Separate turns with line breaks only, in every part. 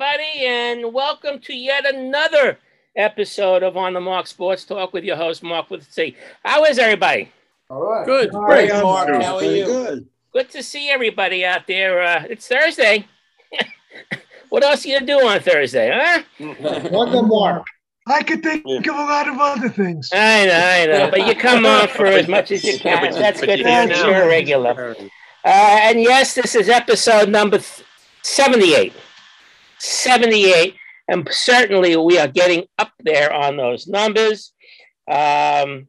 and welcome to yet another episode of On the Mark Sports Talk with your host, Mark with C. How is everybody?
All right.
Good.
All
Great.
right,
Mark,
Mark.
how are
Very
you?
Good.
Good to see everybody out there. Uh, it's Thursday. what else are you do on Thursday, huh?
One more, Mark.
I could think of a lot of other things.
I know, I know. But you come on for as much as you
Yeah,
can.
but you-
That's
but
good.
you
to
do
hear.
now.
You're a regular. Uh, and yes, this is episode number th- 78. 78. And certainly we are getting up there on those numbers. Um,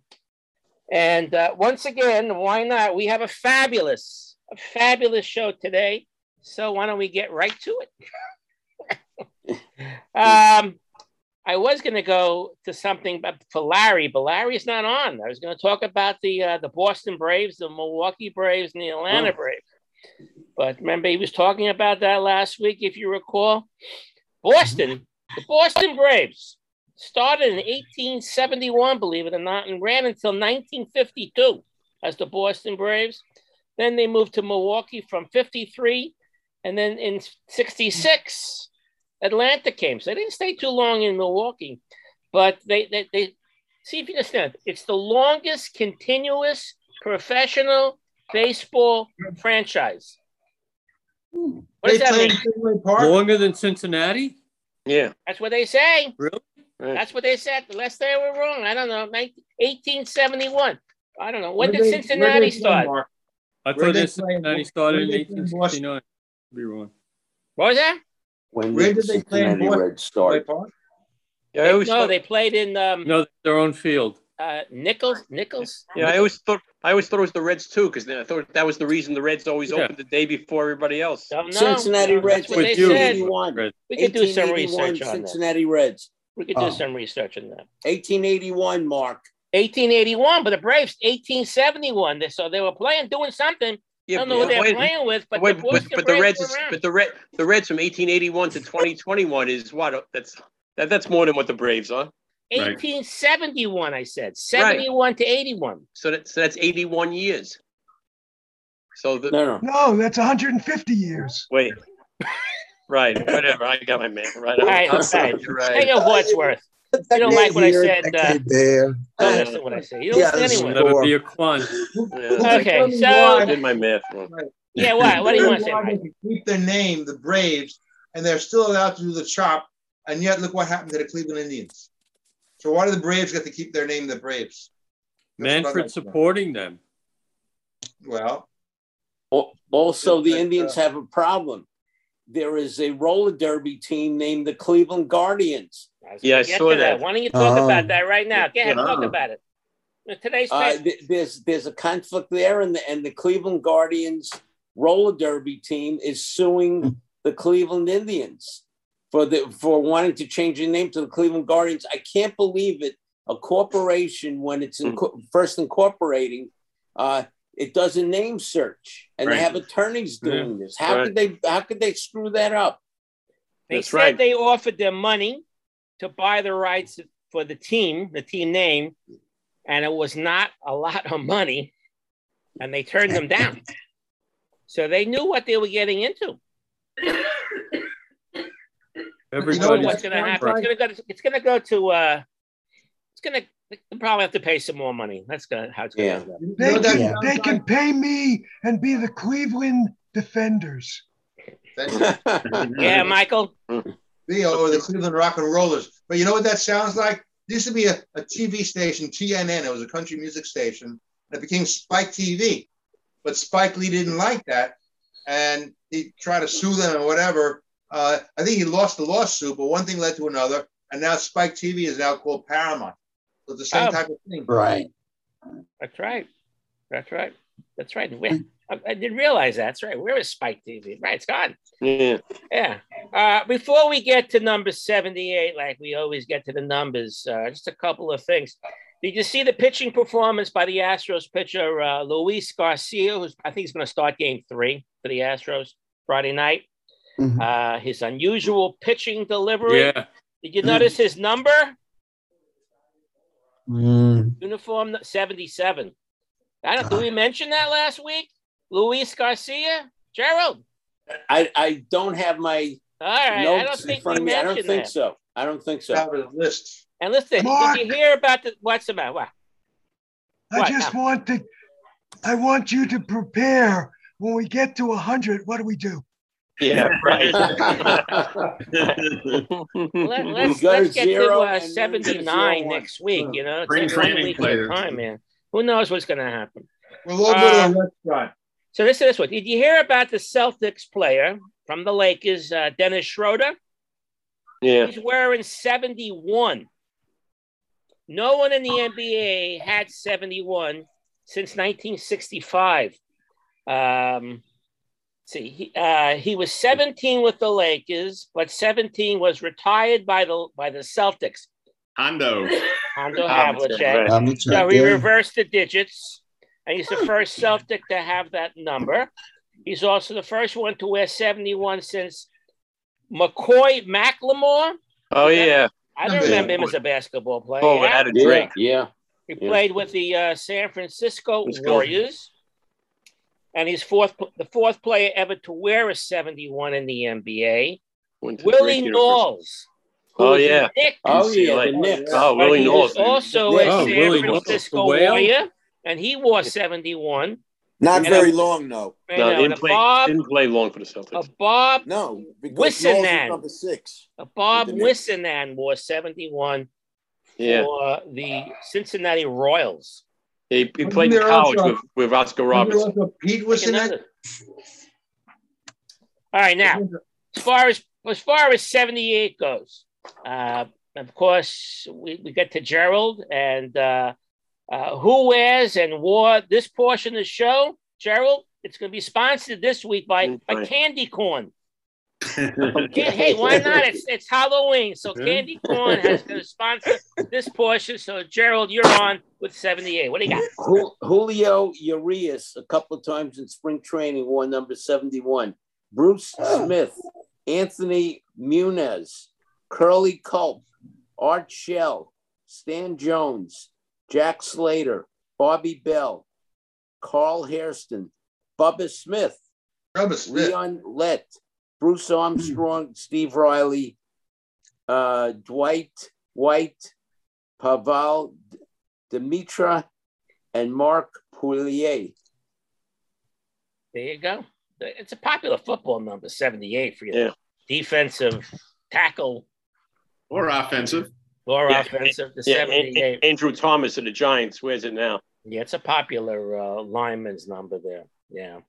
and uh, once again, why not? We have a fabulous, a fabulous show today. So why don't we get right to it? um, I was going to go to something but for Larry, but Larry's not on. I was going to talk about the uh, the Boston Braves, the Milwaukee Braves, and the Atlanta Braves. But remember, he was talking about that last week, if you recall. Boston, the Boston Braves started in 1871, believe it or not, and ran until 1952 as the Boston Braves. Then they moved to Milwaukee from 53, and then in 66, Atlanta came. So they didn't stay too long in Milwaukee, but they they, they see if you understand. It's the longest continuous professional baseball franchise. What
They
does that
played
mean?
in Fenway Park.
Longer than Cincinnati?
Yeah.
That's what they say.
Really?
That's what they said. Unless they were wrong, I don't know. 19- 1871. I don't know. When
Where
did
they- where they
Cincinnati
play,
start?
Mark?
I
Where
thought
they
that
play-
Cincinnati started in
where they play in
1869. Be wrong.
What was that?
When
Where
did
did
the
they play in
Cincinnati
Boston?
Reds
Fenway
start?
Park?
Yeah, I always
No,
thought,
they played in um,
No, their own field.
uh, Nichols. Nichols.
yeah, I always thought I always thought it was the Reds too, because I thought that was the reason the Reds always
Yeah.
opened the day before everybody else.
Don't know.
Cincinnati
That's
Reds.
what they
With you.
said.
1881.
We could do some
1881
research on that.
Cincinnati Reds.
We could do
Oh.
some research on that.
1881, Mark.
1881, but the Braves 1871. They- So they were playing, doing something. I
Yeah,
don't know who
but,
they're
wait-
playing with, but
wait,
the
but-
Boston
but the
Braves
Reds,
were
is,
around.
but the Red, the Reds from 1881 to 2021 is what? That's that, that's more than what the Braves are.
1871, I said 71 to 81.
So that, so that's 81 years. So the
No, no.
No, that's 150 years.
wait, right? Whatever. I got my man right.
All right, all right.
You're
Hey,
right.
your Wordsworth. You don't like what I said. Uh,
there.
don't listen to what I say. You don't
Yeah, this is
listen
Sure.
That
anyway.
would be a quant.
Yeah,
Okay,
Tell me
so-
why-
I did my math wrong.
Yeah, what? What do you want to say,
Why
Mike?
did they Keep their name, the Braves, and they're still allowed to do the chop. And yet, look what happened to the Cleveland Indians. So why do the Braves get to keep their name, the Braves? That's what I'd like
Manfred
to know.
supporting them.
Well,
Al- Also, the Indians have a problem. There is a roller derby team named the Cleveland Guardians.
was
Yeah, I
gonna get
saw
to
that. Uh-huh.
Why don't you talk
Oh.
about that right now? Go ahead,
Yeah.
talk about it. Now, Today's
Uh,
paper-
th- there's there's a conflict there, and the, and the Cleveland Guardians roller derby team is
Hmm.
suing the Cleveland Indians for the for wanting to change their name to the Cleveland Guardians. I can't believe it. A corporation when it's
Hmm.
inco- first incorporating, uh, it does a name search, and they
Right.
have attorneys doing this. How
Right.
could they? How could they screw that up?
They
That's
said
right.
they offered them money to buy the rights for the team, the team name, and it was not a lot of money, and they turned them down. So they knew what they were getting into.
Everybody's
They knew what's
Everybody's
going to happen? It's going to go. To, it's going to go to. Uh, it's going to. They probably have to pay some more money. That's gonna how it's going
Yeah.
to happen.
you
They
know that
can,
sounds
they can
like-
pay me and be the Cleveland Defenders.
that's
Yeah, Michael.
the or the Cleveland Rock and Rollers. But you know what that sounds like? There used to be a, a TV station, TNN. It was a country music station. And it became Spike TV. But Spike Lee didn't like that, and he tried to sue them and whatever. Uh, I think he lost the lawsuit, but one thing led to another, and now Spike TV is now called Paramount. So it's the same
Oh.
type of thing.
right.
That's right. That's right. That's right. Where, I, I didn't realize that. That's right. Where is Spike TV? Right, it's gone.
Yeah.
Yeah. Uh, before we get to number 78, like we always get to the numbers, uh, just a couple of things. Did you see the pitching performance by the Astros pitcher, uh, Luis Garcia, who's I think he's going to start game three for the Astros Friday night?
Mhm.
Uh, his unusual pitching delivery.
Yeah.
Did you notice his number?
Hmm.
Uniform n- 77. I don't, did we mention that last week? Luis Garcia? Gerald?
I, I don't have my
All right.
Notes
I don't
in
think
front
we
of me. I
mentioned
don't think
that.
so. I don't think so.
Out of the list.
And listen,
Mark!
did you hear about the what's the matter? What?
I
Right,
just
now.
want to, I want you to prepare when we get to 100. What do we do?
Yeah, right.
Let, let's
go
let's get to
zero
uh,
and then
seven to
zero
nine
one.
next week. You know, it's
Spring
like one
training
week at a
players.
time, man. Who knows what's going to happen? Uh,
We'll all go to a restaurant.
So this is this one. Did you hear about the Celtics player from the Lakers, uh, Dennis Schroeder?
Yeah.
He's wearing 71. No one in the NBA had 71 since 1965. Um, see, he, uh, he was 17 with the Lakers, but 17 was retired by the by the Celtics.
Hondo.
Hondo
Havlicek,
Havlicek.
right.
Um, it's
So
right
he
there.
reversed the digits, and he's the first Celtic to have that number. He's also the first one to wear 71 since McCoy McLemore.
Oh yeah.
I
Remember
remember
that.
him as a basketball player.
Oh,
yeah.
had a
Yeah,
drink.
yeah.
He
yeah.
played with the uh, San Francisco
Let's go.
Warriors, and he's fourth, the fourth player ever to wear a 71 in the NBA.
Went to
Willie
drink.
Knowles. who
Oh,
was a
yeah.
Knick,
Oh yeah,
like-
the Knicks.
Oh,
but
Willie
he
Knowles.
was also a
Oh,
San
Willie Knowles, the
Francisco
whale?
Warrior, and he wore 71.
Not
And
very
I'm-
long though.
You
No,
know, and
didn't
a
play.
Bob, Oh.
Didn't play long for the Celtics.
a Bob,
No, because
Wissonan.
Knowles was number six.
a Bob
With the Knicks.
Wissanan wore 71
yeah.
for the Cincinnati Royals.
He, he
Wasn't
played in
there
college
also-
with, with Oscar
Remember
Robertson.
also Pete was in that.
Another- All right, now as far as as far as 78 goes uh of course we, we get to gerald and uh, uh who wears and wore this portion of the show gerald it's going to be sponsored this week by, by
Right.
candy corn Can- hey why not it's it's halloween so
Yeah.
candy corn has going to sponsor this portion so gerald you're on with 78 what do you got
Jul- Julio Urias, a couple of times in spring training, wore number 71. Bruce Smith, Anthony Munez, Curly Culp, Art Shell, Stan Jones, Jack Slater, Bobby Bell, Carl Hairston, Bubba Smith,
Robert Smith.
Leon Lett, Bruce Armstrong, Steve Riley, uh, Dwight White, Pavel Dimitra, and Mark Poulier.
there you go it's a popular football number 78 for you
Yeah.
defensive tackle
or offensive.
More
Yeah,
offensive, the
Yeah. and-
78.
and Andrew Thomas of the Giants wears it now.
yeah, it's a popular uh, lineman's number there. Yeah.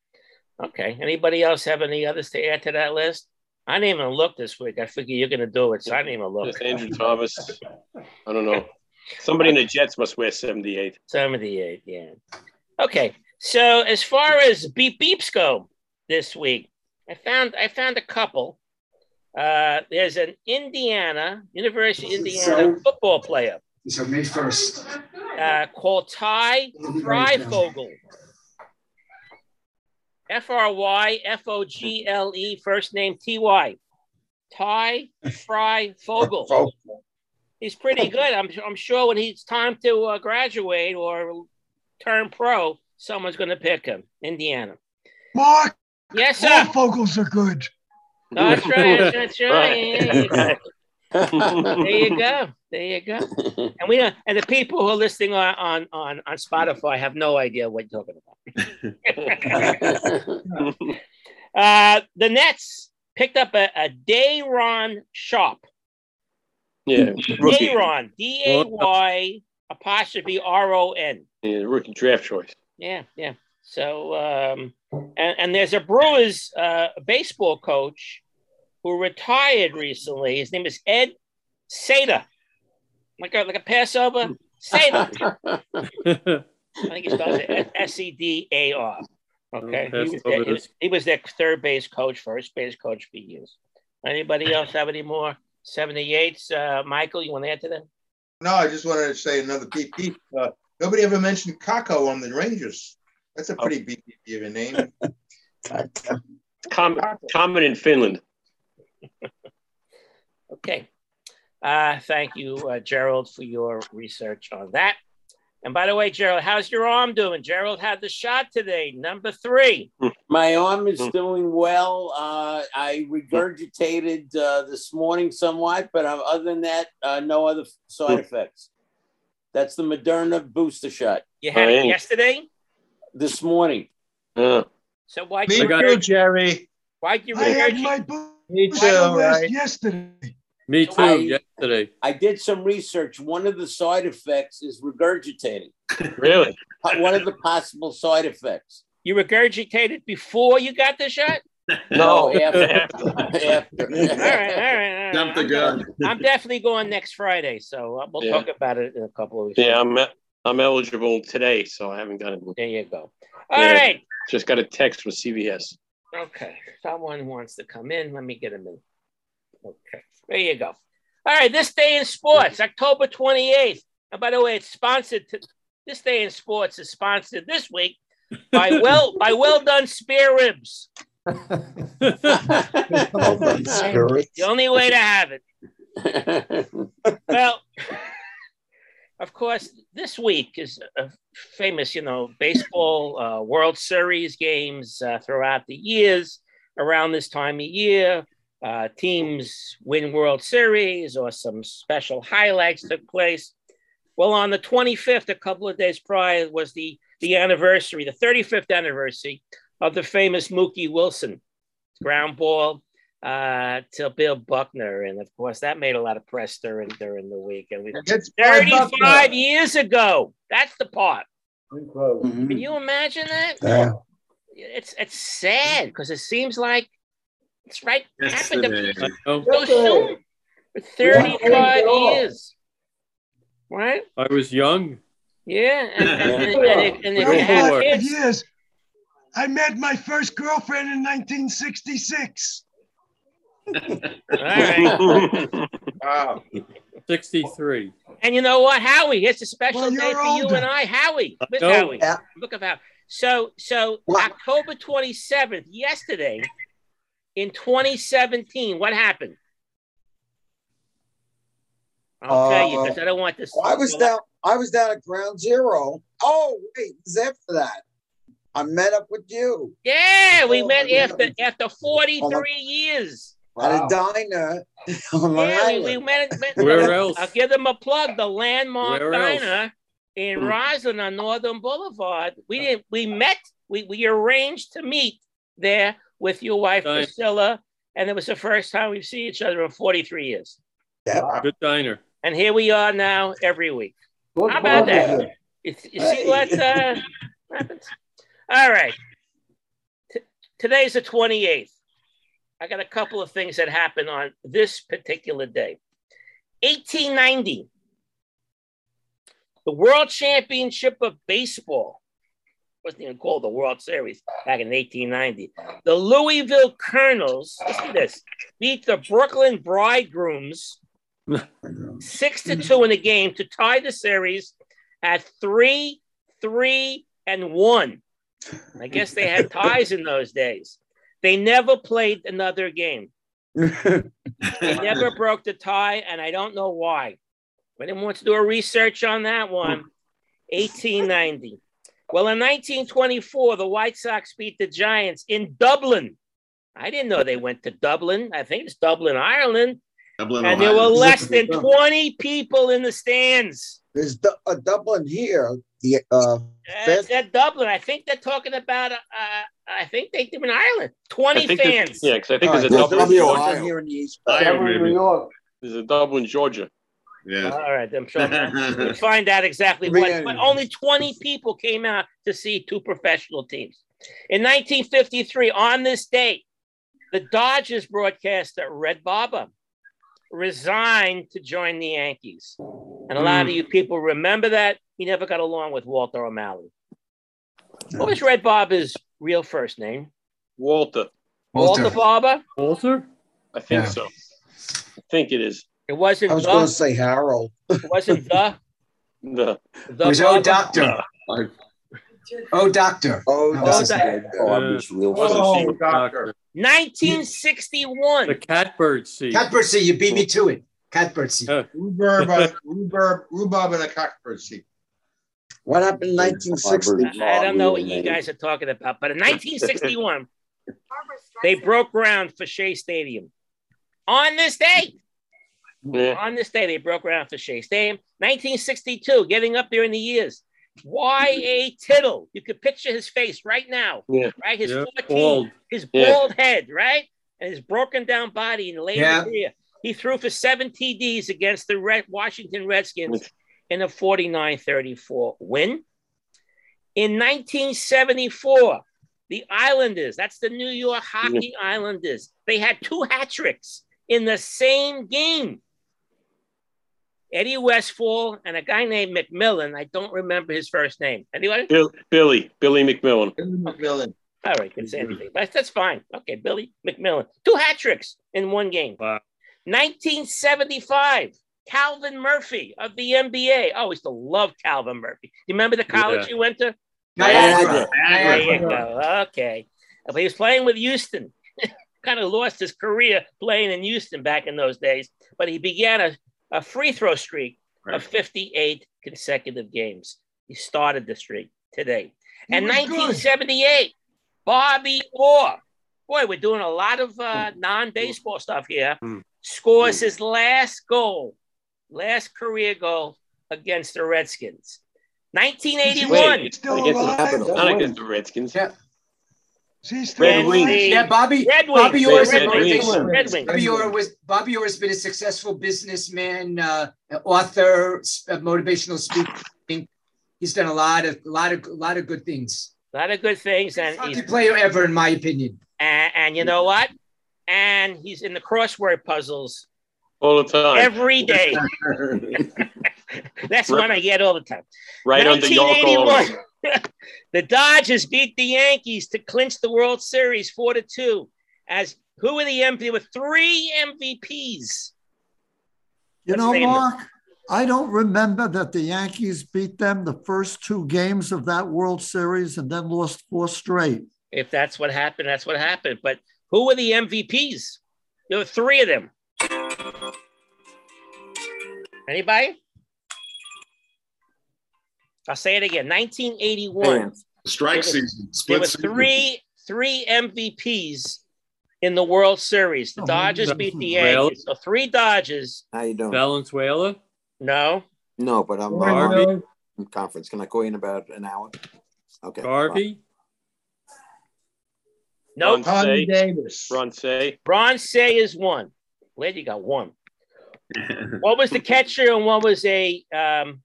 Okay. Anybody else have any others to add to that list? I didn't even look this week. I figure you're going to do it, so I didn't even look.
Just Andrew Thomas. I don't know. Somebody in the Jets must wear 78.
78, yeah. Okay. So as far as beep beeps go this week, I found I found a couple. Uh, there's an Indiana, University of Indiana football player
So May 1st.
uh, called Ty Freifogel. F R Y F O G L E, first name T Y. Ty Fry Fogel. He's pretty good. I'm, I'm sure when he's time to uh, graduate or turn pro, someone's going to pick him. Indiana.
Mark,
Yes,
all
sir.
Fogels are good.
That's right. That's right. Yeah, you got it. There
Right.
you go. There you go. And we know, and the people who are listening on on on, on Spotify have no idea what you're talking about. uh, the Nets picked up a, a Dayron Sharp.
yeah. Rookie,
Dayron, D A Y apostrophe R O N.
yeah, rookie draft choice.
Yeah, yeah. So, um, and, and there's a Brewers uh, baseball coach who retired recently. His name is Ed Sada, like a like a Passover Sada. I think he spells it S E D A R. Okay, he was, their, he, was, he was their third base coach, first base coach for years. Anybody else have any more 78s? Uh, Michael, you want to add to that?
No, I just wanted to say another beep beep. Uh, nobody ever mentioned Kako on the Rangers. That's
Oh.
a pretty beep beep of a name.
It's common, common in Finland.
Okay. Uh, thank you, uh, Gerald, for your research on that. And by the way, Gerald, how's your arm doing? Gerald had the shot today, number three.
My arm is
Hmm.
doing well. Uh, I regurgitated uh, this morning somewhat, but uh, other than that, uh, no other side
Hmm.
effects. That's the Moderna booster shot
You had it
Hey.
yesterday,
this morning.
Yeah.
so why
Me
you
got-
too,
regurg-
Jerry.
why you
I had
regurgitate?
my bo-
Me
my
too, right?
list yesterday.
Me too,
I-
yesterday.
I did some research. One of the side effects is regurgitating.
Really?
Po- One of the possible side effects.
you regurgitated before you got the shot?
No.
Oh, after.
All right, all right, all right.
Jump the
I'm-
gun.
I'm definitely going next Friday, so uh, we'll
Yeah.
talk about it in a couple of weeks.
Yeah, I'm I'm eligible today, so I haven't done it.
There you go. All
Yeah.
right.
Just got a text from CVS.
Okay. Someone wants to come in. Let me get him in. Okay. There you go. All right. This day in sports, October 28th. And by the way, it's sponsored. To, this day in sports is sponsored this week by well by well done spare ribs. The only way to have it. Well, of course, this week is a famous, you know, baseball uh, World Series games uh, throughout the years. Around this time of year, uh, teams win World Series or some special highlights took place. Well, on the 25th, a couple of days prior, was the, the anniversary, the 35th anniversary of the famous Mookie Wilson ground ball uh, to Bill Buckner. And of course, that made a lot of press during, during the week. And we
It's Bob Buckner.
35 years ago. That's the part.
Incredible.
Mm-hmm.
Can you imagine that?
Yeah.
It's it's sad because it seems like it's right happened to
Yesterday.
I know.
so soon. For 35 years. Right?
I was young.
Yeah. And, and, and, and, if- and if
For
you have
35
kids,
years, I met my first girlfriend in 1966.
all right.
Wow.
63.
And you know what, Howie? It's a special
Well,
day
you're
for you
older.
and I, Howie. Miss
know.
Howie.
Yeah.
Look of Howie. So so
What?
October 27th, yesterday in 2017, what happened? I'll tell you
Uh,
because I don't want this.
I was down. I was down at Ground Zero. Oh wait, it was after that. I met up with you Oh,
Yeah, we met
Yeah.
after after 43 years.
at a diner on Long
Yeah, we, we
Island.
met, met-
Where else?
I'll give them a plug. The Landmark
Where else?
Diner in
Hmm.
Roslyn on Northern Boulevard. We didn't. We met. We, we arranged to meet there with your wife
Nice.
Priscilla, and it was the first time we've seen each other in 43 years.
Good diner.
And here we are now every week.
Look
How about
forward to
that?
it.
You, you see what uh,
Hey.
happens? All right. T- today's the 28th. I got a couple of things that happened on this particular day. 1890, the World Championship of Baseball wasn't even called the World Series back in 1890. The Louisville Colonels, listen to this, beat the Brooklyn Bridegrooms six to two in a game to tie the series at three, three, and one. I guess they had ties in those days. They never played another game. They never broke the tie, and I don't know why. We didn't want to do a research on that one. 1890. Well, in 1924, the White Sox beat the Giants in Dublin. I didn't know they went to Dublin. I think it's Dublin, Ireland.
Dublin,
And there were
Ohio.
less than 20 people in the stands.
There's du- a Dublin here. The uh,
Uh,
Fifth?
it's at Dublin. I think they're talking about, uh, I think they do in Ireland. 20
there's-
fans.
Yeah, because I think there's a
there's
Dublin,
a
Georgia.
Dublin here in the East. Bay.
Ohio,
Every New
baby.
York.
There's a Dublin, Georgia.
Yeah.
All right, I'm sure we'll find out exactly what. But only 20 people came out to see two professional teams. In 1953, on this date, the Dodgers broadcaster Red Barber resigned to join the Yankees. And a lot of you people remember that. He never got along with Walter O'Malley. What was Red Barber's real first name?
Walter.
Walter, Barber?
Walter?
I think
Yeah.
so. I think it is.
It wasn't
I was
the,
going to say Harold.
it wasn't the,
The, Uh,
the
was
Barber.
oh doctor. Oh doctor.
Oh,
Oh,
that's
that-
Red Barber's real
Wasn't
first.
Oh,
secret.
doctor.
1961.
The catbird seat.
Catbird seed, you beat me to it. Catbird seed.
Uh,
Rhubarb, on- rhubarb, rhubarb in a cockbird seat.
What happened in 1960?
I don't know what you guys are talking about, but in 1961, they broke ground for Shea Stadium. On this day, on this day, they broke ground for Shea Stadium. 1962, getting up there in the years. Y.A. Tittle. You could picture his face right now.
Yeah.
Right? His
Yeah,
14,
bald.
his
Yeah.
bald head, right? And his broken down body in the late
Yeah.
career. He threw for seven TDs against the Red Washington Redskins in a 49 34 win. In 1974, the Islanders, that's the New York Hockey Islanders, they had two hat tricks in the same game. Eddie Westfall and a guy named McMillan. I don't remember his first name. Anyone?
Bill, Billy, Billy McMillan.
McMillan.
All right, it's anything. But that's fine. Okay, Billy McMillan. Two hat tricks in one game. 1975, Calvin Murphy of the NBA. I always still love Calvin Murphy. You remember the college
Yeah.
he went to?
Niagara.
There you
Niagara.
go. Okay. But he was playing with Houston. kind of lost his career playing in Houston back in those days. But he began a, a free throw streak of 58 consecutive games. He started the streak today.
He
and
was
1978, Bobby Orr. Boy, we're doing a lot of uh,
Mm.
non baseball stuff here. Scores his last goal, last career goal against the Redskins. 1981.
Wait, against the Capitals, not against the Redskins. Yeah.
He's
still Red alive. Wings.
Yeah, Bobby.
Red Wings.
Bobby Orr. is a-
Red Wings. Red Wings.
Bobby Orr was Bobby Orr has been a successful businessman, uh, author, s- uh, motivational speaking. He's done a lot of, lot of, lot of good things.
A lot of good things, and he's
Player ever, in my opinion.
And, and you know what? And he's in the crossword puzzles
All the time.
every day. That's
Right.
one I get all the time.
Right under Yoko.
1981. the Dodgers beat the Yankees to clinch the World Series four to two. As who were the MVP? There were three MVPs.
You know,
name it.
Mark, I don't remember that the Yankees beat them the first two games of that World Series and then lost four straight.
If that's what happened, that's what happened. But who were the MVPs? There were three of them. Anybody? I'll say it again. 1981.
Strike season.
There
Split
were
season.
three three MVPs in the World Series. The Dodgers beat the Yankees. So three Dodgers.
How you doing?
Valenzuela?
No.
No, but I'm
Morning,
uh,
Will.
in conference. Can I call you in about an hour? Okay.
Garvey?
No.
Tommy
Davis.
Bronce.
Bronce is one. Glad you got one. What was the catcher and what was a? Um,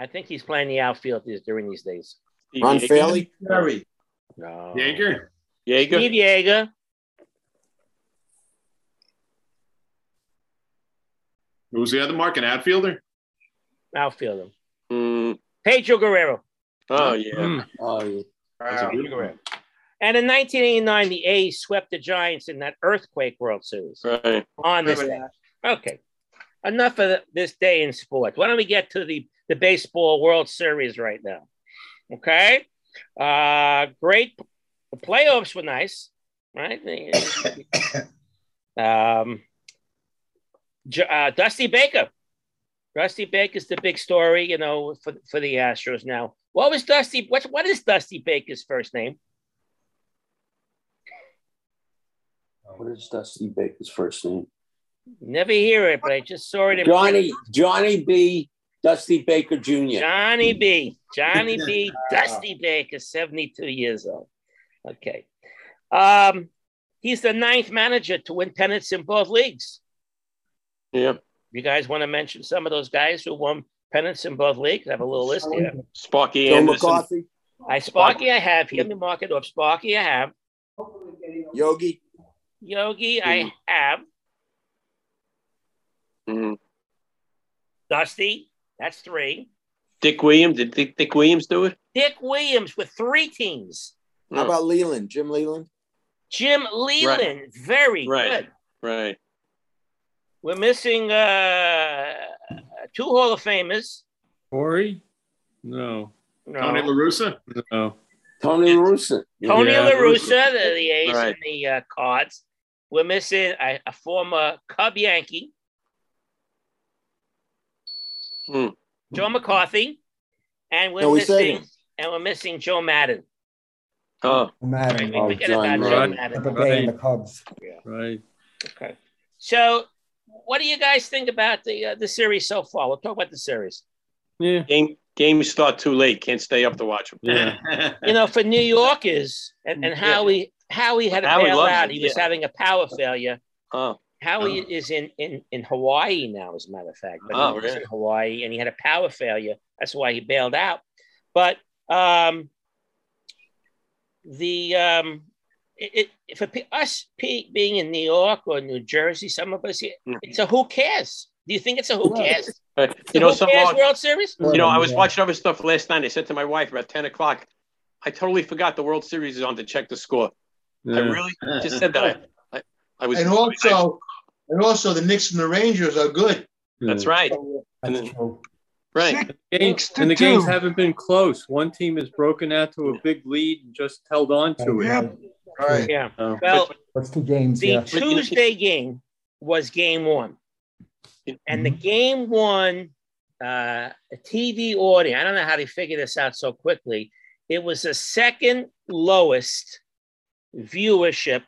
I think he's playing the outfield these, during these days.
Ron Fairley?
Jerry.
No.
Jaeger.
Jaeger.
Steve Yeager.
Who was the other mark? An outfielder?
Outfielder. Pedro Guerrero.
Mm.
Mm. Oh, yeah.
Oh, yeah.
That's a good one.
And in 1989, the A's swept the Giants in that earthquake World Series.
Right.
on this day. Okay. Enough of the- this day in sports. Why don't we get to the, the baseball World Series right now? Okay. Uh, great. The playoffs were nice, right? They- um, J- uh, Dusty Baker. Dusty Baker's the big story, you know, for, for the Astros now. What was Dusty? What, what is Dusty Baker's first name?
What is Dusty Baker's first name?
Never hear it, but I just saw it. in-
Johnny Johnny B. Dusty Baker Jr.
Johnny B. Johnny B. Dusty Baker, 72 years old. Okay. Um, he's the ninth manager to win pennants in both leagues.
Yeah.
You guys want to mention some of those guys who won pennants in both leagues? I have a little list here.
Sparky
Joe
Anderson.
McCarthy.
I Sparky, I have. Give me mark it off. Sparky, I have.
Yogi.
Yogi, I have.
Mhm.
Dusty, that's three.
Dick Williams. Did Dick, Dick Williams do it?
Dick Williams with three teams.
How about Leland? Jim Leland?
Jim Leland, very good.
Right.
We're missing uh, two Hall of Famers.
Corey? No.
No. Tony La
Russa?
No.
Tony La Russa.
Tony
Yeah.
La Russa, the, the ace
Right.
and the uh, cards. We're missing a, a former Cub Yankee,
Hmm.
Joe McCarthy, And we're
No, we said
missing and we're missing Joe Madden.
Oh,
Right,
Madden.
we forget about Joe Madden.
Tampa Bay and the Cubs.
Right.
Okay. So, what do you guys think about the uh, the series so far? We'll talk about the series.
Yeah.
Game games start too late. Can't stay up to watch them.
Yeah. You know, for New Yorkers and, and Howie Howie had a
Howie
bailout.
loves it,
He was
yeah.
having a power failure.
Oh.
Howie is in, in, in Hawaii now, as a matter of fact. But
Oh,
he was
really?
in Hawaii and he had a power failure. That's why he bailed out. But um, the um, it, it, for pe- us pe- being in New York or New Jersey, some of us, here,
Mm-hmm.
it's a who cares? Do you think it's a who cares?
But,
It's a
you know,
who
some
cares
odd-
World Series?
You know, I was watching other stuff last night. I said to my wife about ten o'clock, I totally forgot the World Series is on to check the score. I
Yeah.
really just said that. I, I, I was.
and also, and also, the Knicks and the Rangers are good.
That's right.
That's
true.
Right.
Games, and the games haven't been close. One team has broken out to a big lead and just held on to it.
Yep.
Right.
Yeah.
Oh.
Well,
That's two games.
the
yeah.
Tuesday game was game one. And the
Mm-hmm.
game one, uh, TV audience, I don't know how they figure this out so quickly. It was the second lowest viewership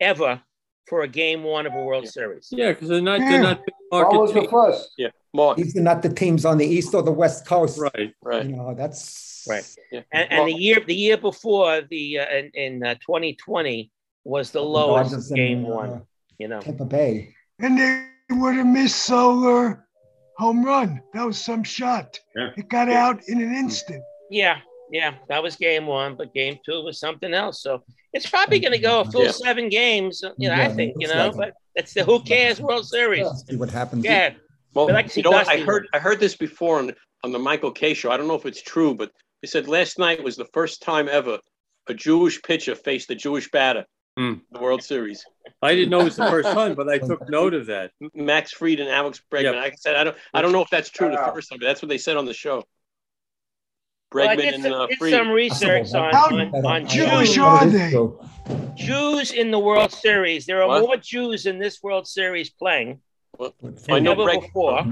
ever for a game one of a World Series.
Yeah, because they're not
Yeah.
they're not big market.
What was Hmm. the
teams.
first?
Yeah, Mark.
These are not the teams on the East or the West Coast.
Right,
right.
You know, that's
right. And, and the year the year before the uh, in, in uh, 2020 was the lowest
Dodgers and,
game
uh,
one. You know,
Tampa Bay.
And they would have missed Solar home run. That was some shot. It got out in an instant.
Yeah, yeah, that was game one, but game two was something else. So it's probably going to go a
Mm-hmm.
full
Yeah.
seven games. You know,
Yeah,
I
it
think you
looks
know,
like it.
but it's the who cares World Series.
See what happens.
Yeah,
Well,
But I can see
you know what? I
Dusty.
heard I heard this before on, on the Michael K show. I don't know if it's true, but they said last night was the first time ever a Jewish pitcher faced a Jewish batter
mm,
in the World Series.
I didn't know it was the first time, but I took note of that.
Max Fried and Alex Bregman. Like I said, I don't I don't know if that's true the first time, but that's what they said on the show.
Well, I
Bregman
did
and
some-
uh,
did
Fried.
some research on- How on- on Jewish Jewish are they? Jews in the World Series. There are
What?
more Jews in this World Series playing
Well, I
than
know
ever
Breg-
before.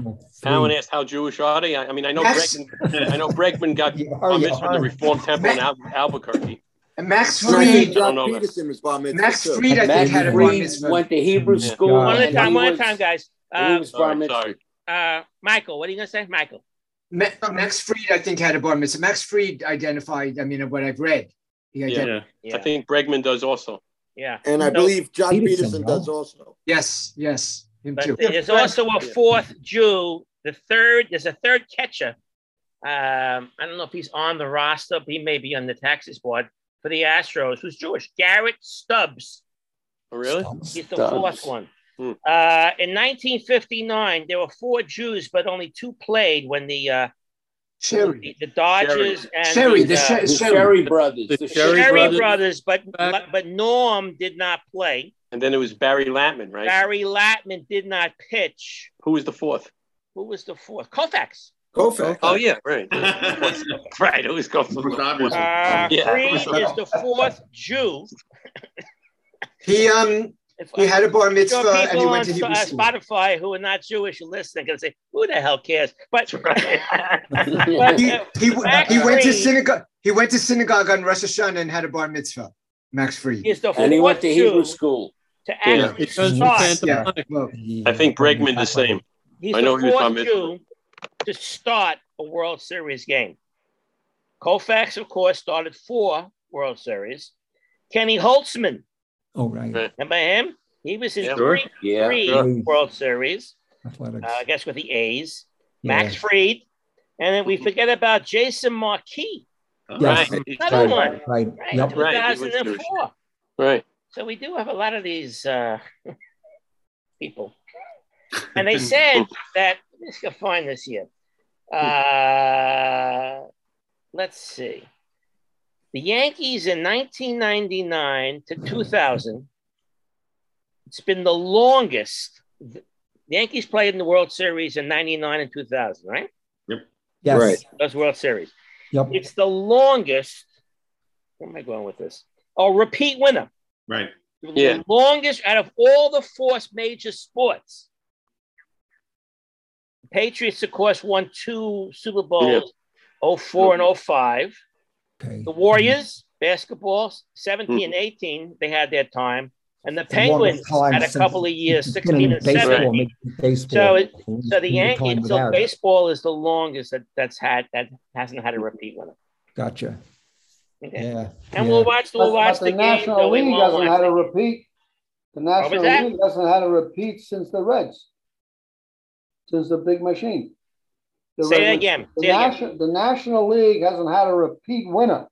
Alan asked how Jewish are they. I, I mean, I know
Yes.
Bregman. I know Bregman
Oh,
got on this from the Reformed Temple in Al- Albuquerque.
And Max
Well, I
Fried.
think Doc I don't know, man. Peterson
was
mitzvah,
Max
too.
Fried, I
Max
think, had a bar
Fried
mitzvah.
went to Hebrew
Yeah.
school.
One at a
and
time,
he
one at a
was-
time, guys.
and he
Uh,
was bar mitzvah.
uh, Michael, what are you going to say, Michael?
Ma- Max Fried, I think, had a bar mitzvah. Max Fried identified. I mean, what I've read, he
Yeah.
identified.
I think Bregman does also.
Yeah.
And I believe
John
Peterson,
Peterson
no?
does also.
Yes, yes, him
But
too.
there's also a fourth Jew. The third, there's a third catcher. Um, I don't know if he's on the roster, but he may be on the taxes board for the Astros, who's Jewish. Garrett Stubbs.
Oh, really?
He's the fourth one. Uh, in 1959, there were four Jews, but only two played when the uh,
Sherry.
the, the Dodgers
Sherry.
and
Sherry, the
uh,
Sher- The Sherry Sherry
brothers.
the, Sherry, brothers, but, but but Norm did not play.
And then it was Barry Latman, right?
Barry Latman did not pitch.
Who was the fourth?
Who was the fourth? Koufax.
Kofax. Oh yeah, right. right. It was Kofax.
Uh,
Yeah.
Creed is the fourth Jew.
He um he had a bar mitzvah
Sure,
and he
people on
went to
Sp-
Hebrew
uh,
school.
Spotify who are not Jewish are listening and say, "Who the hell cares?" But, but
he,
uh,
he, w-
Max
he went to
Fried
synagogue. He went to synagogue on Rosh Hashanah and had a bar mitzvah. Max Fried.
is the
And he went
fourth
to Hebrew
Jew
school.
to
Yeah.
actually
He comes from
start.
Santa Monica. I think Bregman the same.
He's
I know
the
he was on
fourth
this.
Jew to start a World Series game. Koufax, of course, started four World Series. Kenny Holtzman,
Oh, right.
remember him? He was in
Yeah.
three,
Sure. Yeah.
three
Sure.
World Series.
Athletics.
uh, I guess with the A's,
Yeah.
Max Fried, and then we forget about Jason Marquis.
Yes.
Another
Mm-hmm. Oh, Right,
one.
Right.
Right,
Yep.
2004.
Right.
So we do have a lot of these uh, people. And they said that, let's go find this here. Uh, let's see. The Yankees in 1999 to 2000, it's been the longest. The Yankees played in the World Series in 99 and 2000, right?
Yep.
Yes. Right.
That's World Series.
Yep.
It's the longest. Where am I going with this? Oh, repeat winner.
Right.
The
Yeah.
longest out of all the four major sports. The Patriots, of course, won two Super Bowls 04 and 05. The Warriors, basketball, 17 and 18, they had their time. And the
It's the longest
Penguins
time
had a
since
couple of years,
you put in
16 and
baseball,
17.
make baseball.
So, it,
Who's
so the
doing time
Yankees, so
without it?
baseball is the longest that, that's had that hasn't had a repeat winner.
Gotcha.
Okay.
Yeah.
And we'll
yeah.
watch we'll
But-
watch
but
the, game.
National
though we
League
won't
hasn't
watch
had
the
a
game.
repeat. The National
that?
League hasn't had a repeat since the Reds, since the big machine. The
Say that
Reds-
again.
The,
Say that again.
National, the National League hasn't had a repeat winner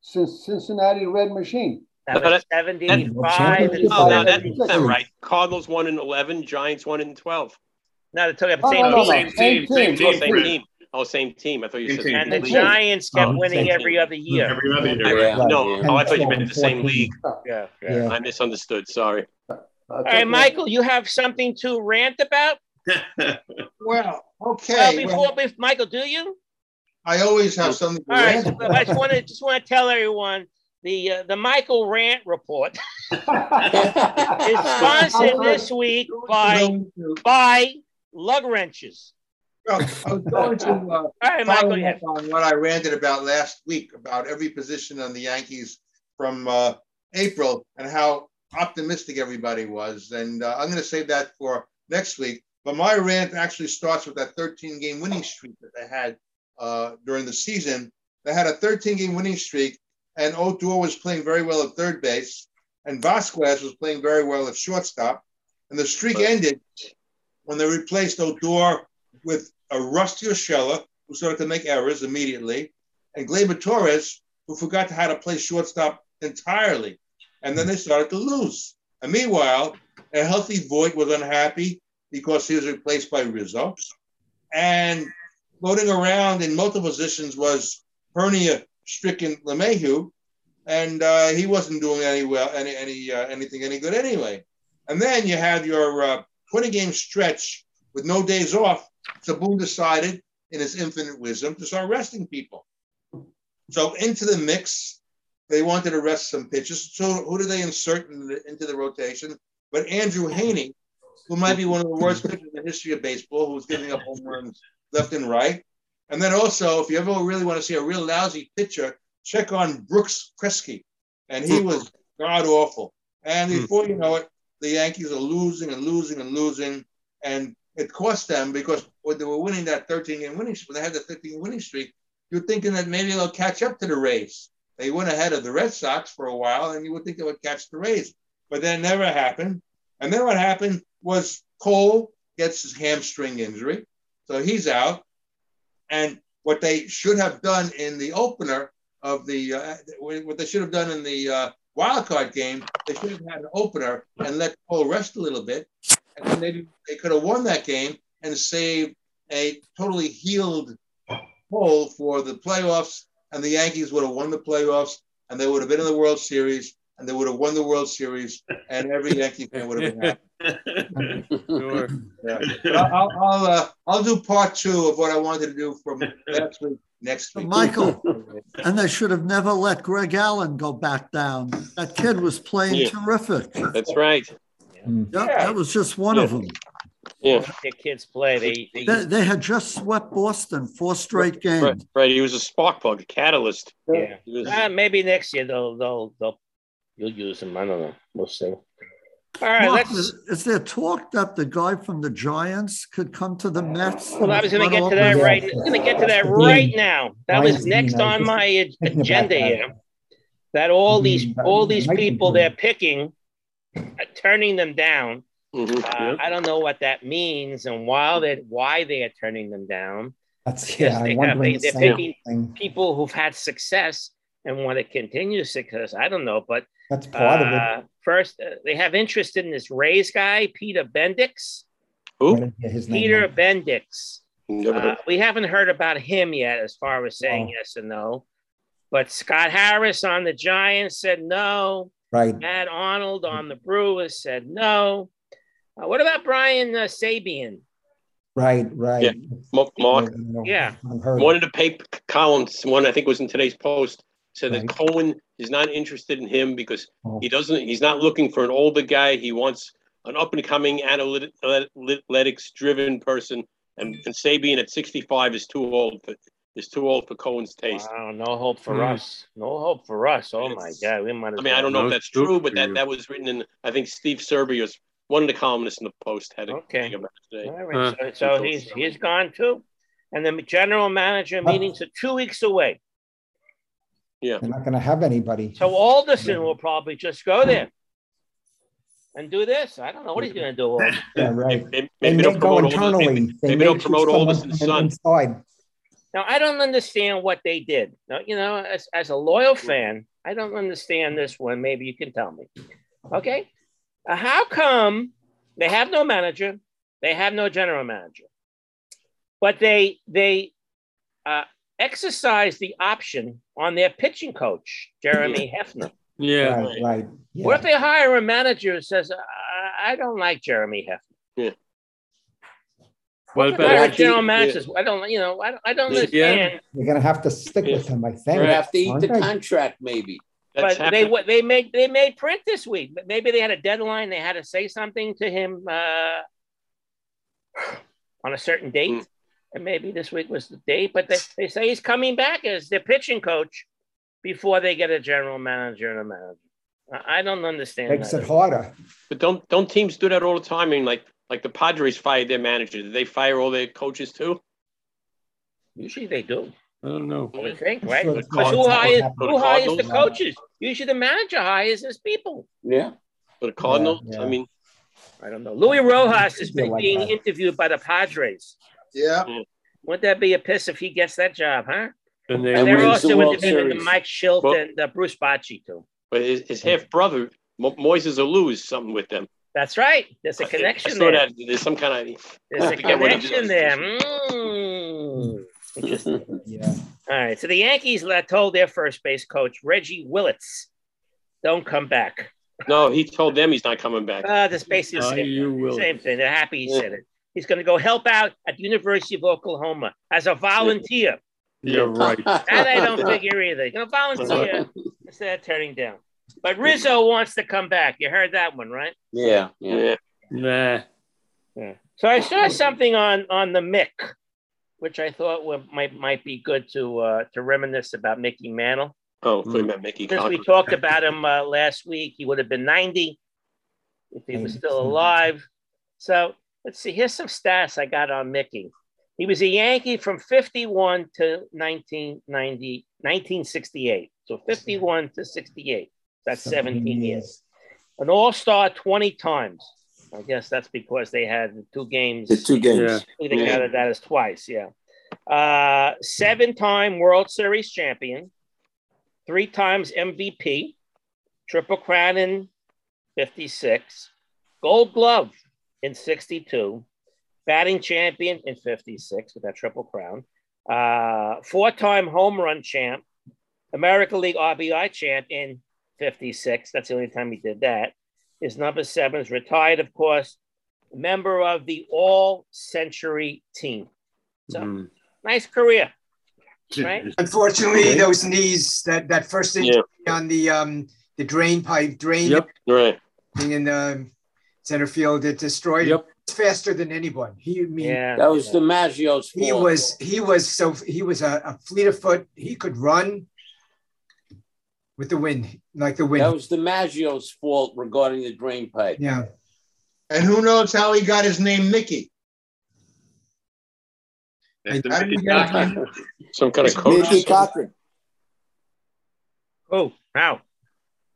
since Cincinnati Red Machine.
That was 75 and
Oh, now that's
76.
not right. Cardinals one and eleven, Giants one and twelve.
No, they're talking about
Oh,
the
no, no,
same, team.
no. Same Same team. team,
Oh,
team,
same
Fred.
team.
Oh, same team. I thought you said
And the
league.
Giants kept
Oh,
winning
same
every
team.
other year.
Every other year,
Yeah.
right? No,
Yeah.
oh, I thought you
12,
meant the same
14.
league.
Yeah,
yeah.
I misunderstood. Sorry.
All right, Michael, you have something to rant about?
Well, okay.
Well, before, bef- Michael, do you?
I always have something. to
All right,
rant
so I just want to just want to tell everyone the uh, the Michael Rant Report is sponsored this week by by lug wrenches.
I was going to uh,
right, Michael,
following
yeah.
up on what I ranted about last week about every position on the Yankees from uh, April and how optimistic everybody was. And uh, I'm going to save that for next week. But my rant actually starts with that 13 game winning streak that they had uh, during the season. They had a 13 game winning streak, and Odor was playing very well at third base, and Vasquez was playing very well at shortstop. And the streak ended when they replaced Odor with a rusty Urshela, who started to make errors immediately, and Gleyber Torres, who forgot how to play shortstop entirely. And then they started to lose. And meanwhile, a healthy Voigt was unhappy because he was replaced by Rizzo. And floating around in multiple positions was hernia stricken LeMahieu, and uh, he wasn't doing any well, any, any uh, anything any good anyway. And then you have your uh, 20 game stretch with no days off. Saboon decided, in his infinite wisdom, to start resting people. So into the mix, they wanted to rest some pitchers. So who do they insert in the, into the rotation? But Andrew Haney, who might be one of the worst pitchers in the history of baseball, who was giving up home runs left and right. And then also, if you ever really want to see a real lousy pitcher, check on Brooks Kresge. And he was god awful. And before you know it, the Yankees are losing and losing and losing. And it cost them because when they were winning that 13 game winning streak, when they had the 13 game winning streak, you're thinking that maybe they'll catch up to the Rays. They went ahead of the Red Sox for a while, and you would think they would catch the Rays, but that never happened. And then what happened was Cole gets his hamstring injury, so he's out. And what they should have done in the opener of the uh, what they should have done in the uh, wild card game, they should have had an opener and let Cole rest a little bit, and then maybe they could have won that game and saved a totally healed Cole for the playoffs, and the Yankees would have won the playoffs, and they would have been in the World Series, and they would have won the World Series, and every Yankee fan would have been happy.
Sure.
Yeah. But I'll, I'll, uh, I'll do part two of what I wanted to do from last week next week.
Michael, and they should have never let Greg Allen go back down. That kid was playing
Yeah.
terrific.
That's right.
Mm.
Yep, that was just one of them.
Yeah.
Their kids play. They, they,
They, they had just swept Boston four straight
Right,
games.
right. He was a spark plug, a catalyst.
yeah.
He was-
Uh, maybe next year they'll they'll they'll you'll use them. I don't know. We'll see. All right,
Mark,
let's.
is- is there talk that the guy from the Giants could come to the Mets?
Well, I was going to get to that right. I'm going to get to that right now. That was next on my
thinking about
agenda
that.
here. That all
Mm-hmm.
these
Thinking about-
all these
might be
people
true.
they're picking, uh, turning them down. Uh, I don't know what that means and why they why they are turning them down.
That's
Yes,
yeah.
they
I'm
have.
wondering
They, they're
the same
picking
thing.
people who've had success and want to continue success. I don't know, but
That's part of it.
First, uh, they have interest in this Rays guy, Peter Bendix.
Who? I didn't hear his name.
Peter Bendix.
Never
Uh,
heard.
we haven't heard about him yet, as far as saying yes and no. But Scott Harris on the Giants said no.
Right.
Matt Arnold on the Brewers said no. Uh, what about Brian uh, Sabian?
Right, right.
Yeah. Mo- Mark,
Yeah.
one of the paper columns, one I think was in today's post, said that Cohen is not interested in him because he doesn't, he's not looking for an older guy. He wants an up and coming analytics driven person and and Sabian at 65 is too old for is too old for Cohen's taste.
Wow, no hope for
Hmm.
us. No hope for us. Oh my God, we might.
I mean, I don't know if that's true, but that, that was written in I think Steve Serby was one of the columnists in the Post had a
Okay.
thing about it today.
All right,
Uh,
so, so he's he's gone too, and the general manager meetings are two weeks away.
Yeah.
They're not going to have anybody.
So Alderson will probably just go there and do this. I don't know what he's going to do. Alderson.
Yeah, right.
Maybe,
They
they'll
may go
promote Alderson.
internally.
Maybe-
They
maybe
may
they'll
choose
promote
someone
Alderson's
from
son.
Inside.
Now I don't understand what they did. Now, you know, as, as a loyal fan, I don't understand this one. Maybe you can tell me. Okay, Uh, how come they have no manager? They have no general manager, but they they uh, exercise the option on their pitching coach, Jeremy Hefner.
Yeah.
Right, right. Yeah.
What if they hire a manager who says, I, I don't like Jeremy Hefner?
What
But I heard general
Yeah.
managers, I don't, you know, I, don't- I don't
Yeah.
understand.
They're going to have to stick with him, I think.
You'd have to eat the
Aren't they?
contract, maybe.
but they what they made they made print this week. But Maybe they had a deadline. They had to say something to him uh, on a certain date,
Mm.
and maybe this week was the date. But they, they say he's coming back as their pitching coach before they get a general manager and a manager. I, I don't understand. that.
harder.
But don't don't teams do that all the time? I mean, like like the Padres fired their manager. Did they fire all their coaches too?
Usually they do.
I don't know.
I would think,
I'm
right?
sure
Because
the Cardinals-
who hires
the
who hires the
Cardinals-
coaches? Usually the manager hires his people.
Yeah.
For the Cardinals, I
yeah.
mean,
I don't know. Louis Rojas has
Feel
been
like
being
that.
interviewed by the Padres.
Yeah.
Wouldn't that be a piss if he gets that job, huh?
And,
they-
they, are
And wins the
also
World
interviewing
Series.
Mike Schilt
Well-
and uh, Bruce Bocci, too.
but his, his half brother Mo- Moises Alou is something with them.
That's right. There's a
I- I
connection
saw
there.
that. There's some kind of
There's a
forget what it is.
connection there. Mm. Interesting.
yeah.
All right. So the Yankees la- told their first base coach, Reggie Willits, don't come back.
No, he told them he's not coming back.
Hmm? Uh, that's basically the
Ah,
same,
you
thing.
Willits.
same thing. They're happy he
Yeah.
said it. He's going to go help out at the University of Oklahoma as a volunteer.
Yeah, right.
That I don't figure either. You're going to volunteer instead of turning down. But Rizzo wants to come back. You heard that one, right?
Yeah.
Yeah.
Nah.
So I saw something on on the Mick, which I thought would, might might be good to uh, to reminisce about Mickey Mantle.
Oh, so
Hmm.
you meant Mickey
Since we
Conley.
talked about him uh, last week, he would have been 90 if he was still alive. So let's see. Here's some stats I got on Mickey. He was a Yankee from 51 to 1990, 1968. So 51 to 68. That's 17 years. An all star 20 times. I guess that's because they had two games.
The two games.
They
Yeah.
counted that as twice. Yeah. Uh, seven time World Series champion, three times MVP, Triple Crown in 56, Gold Glove in 62, batting champion in 56 with that Triple Crown, uh, four time home run champ, American League RBI champ in 56. That's the only time he did that. His number seven is retired, of course, member of the all century team. So nice career, right?
Unfortunately, those knees that that first injury on the um the drain pipe drain
Yep.
Right.
thing in the center field it destroyed. him. It's faster than anyone. He I mean
Yeah.
That was DiMaggio's
he
fault.
was he was so he was a, a fleet of foot. He could run with the wind, like the wind.
That was DiMaggio's fault regarding the drain pipe.
Yeah.
And who knows how he got his name Mickey? How did he get his name?
Some kind of coach.
Mickey
Cochran.
Oh, how?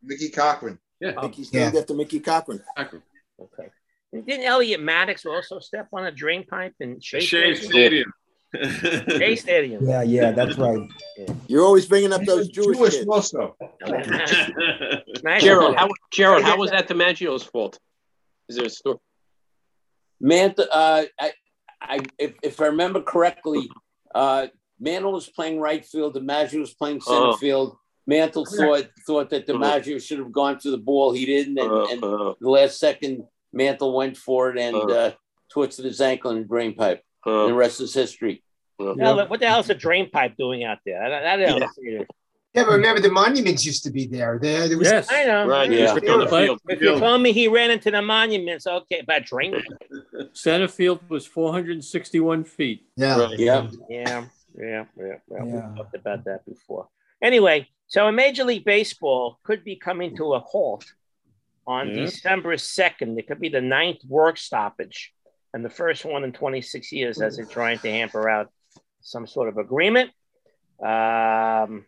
Mickey Cochran.
Yeah.
Mickey's named after Mickey Cochran.
Okay. Didn't Elliot Maddox also step on a drain pipe in Shea,
Shea
Stadium? Shea Stadium.
Yeah, yeah, that's right.
You're always bringing up those Jewish,
Jewish
kids.
also.
Nice.
Gerald, how, Gerald, how was that DiMaggio's fault? Is there a story?
Manta, uh, I, I, if, if I remember correctly, uh, Mantle was playing right field. DiMaggio was playing center
Oh.
field. Mantle thought thought that DiMaggio should have gone to the ball. He didn't, and, and
the
last second, Mantle went for it and
Oh.
uh, twisted his ankle in the drain pipe. the rest is history.
Uh-huh. Hell, What the hell is a drain pipe doing out there? I, I don't
Yeah.
see it.
Yeah, but remember the monuments used to be there. There, there was
Yes.
I know.
Right, yeah.
If
Field, field,
if you
field.
told me he ran into the monuments, okay, but drink.
Center field was 461 feet.
Yeah. Right.
Yeah.
Yeah, yeah, yeah, yeah. We talked about that before. Anyway, so a Major League Baseball could be coming to a halt on
Yeah.
December 2nd. It could be the ninth work stoppage and the first one in 26 years as they're trying to hamper out some sort of agreement, um,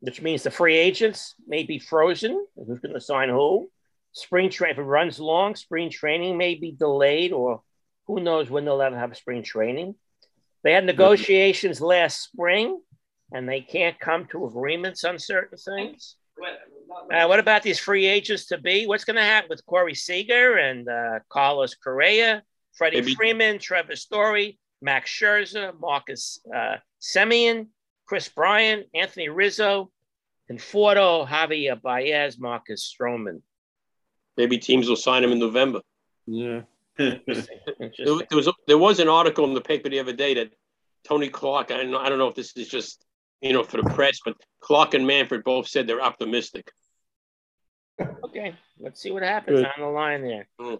which means the free agents may be frozen. Who's going to sign who? Spring training, if it runs long, spring training may be delayed, or who knows when they'll ever have spring training. They had negotiations last spring, and they can't come to agreements on certain things. Uh, what about these free agents to be? What's going to happen with Corey Seager and uh, Carlos Correa, Freddie
Maybe-
Freeman, Trevor Story, Max Scherzer, Marcus uh, Semien, Chris Bryant, Anthony Rizzo, and Fordo, Javier Baez, Marcus Stroman.
Maybe teams will sign him in November.
Yeah.
There, there was there was an article in the paper the other day that Tony Clark. I don't know, I don't know if this is just you know for the press, but Clark and Manfred both said they're optimistic.
Okay, let's see what happens
Good.
on the line there.
Mm.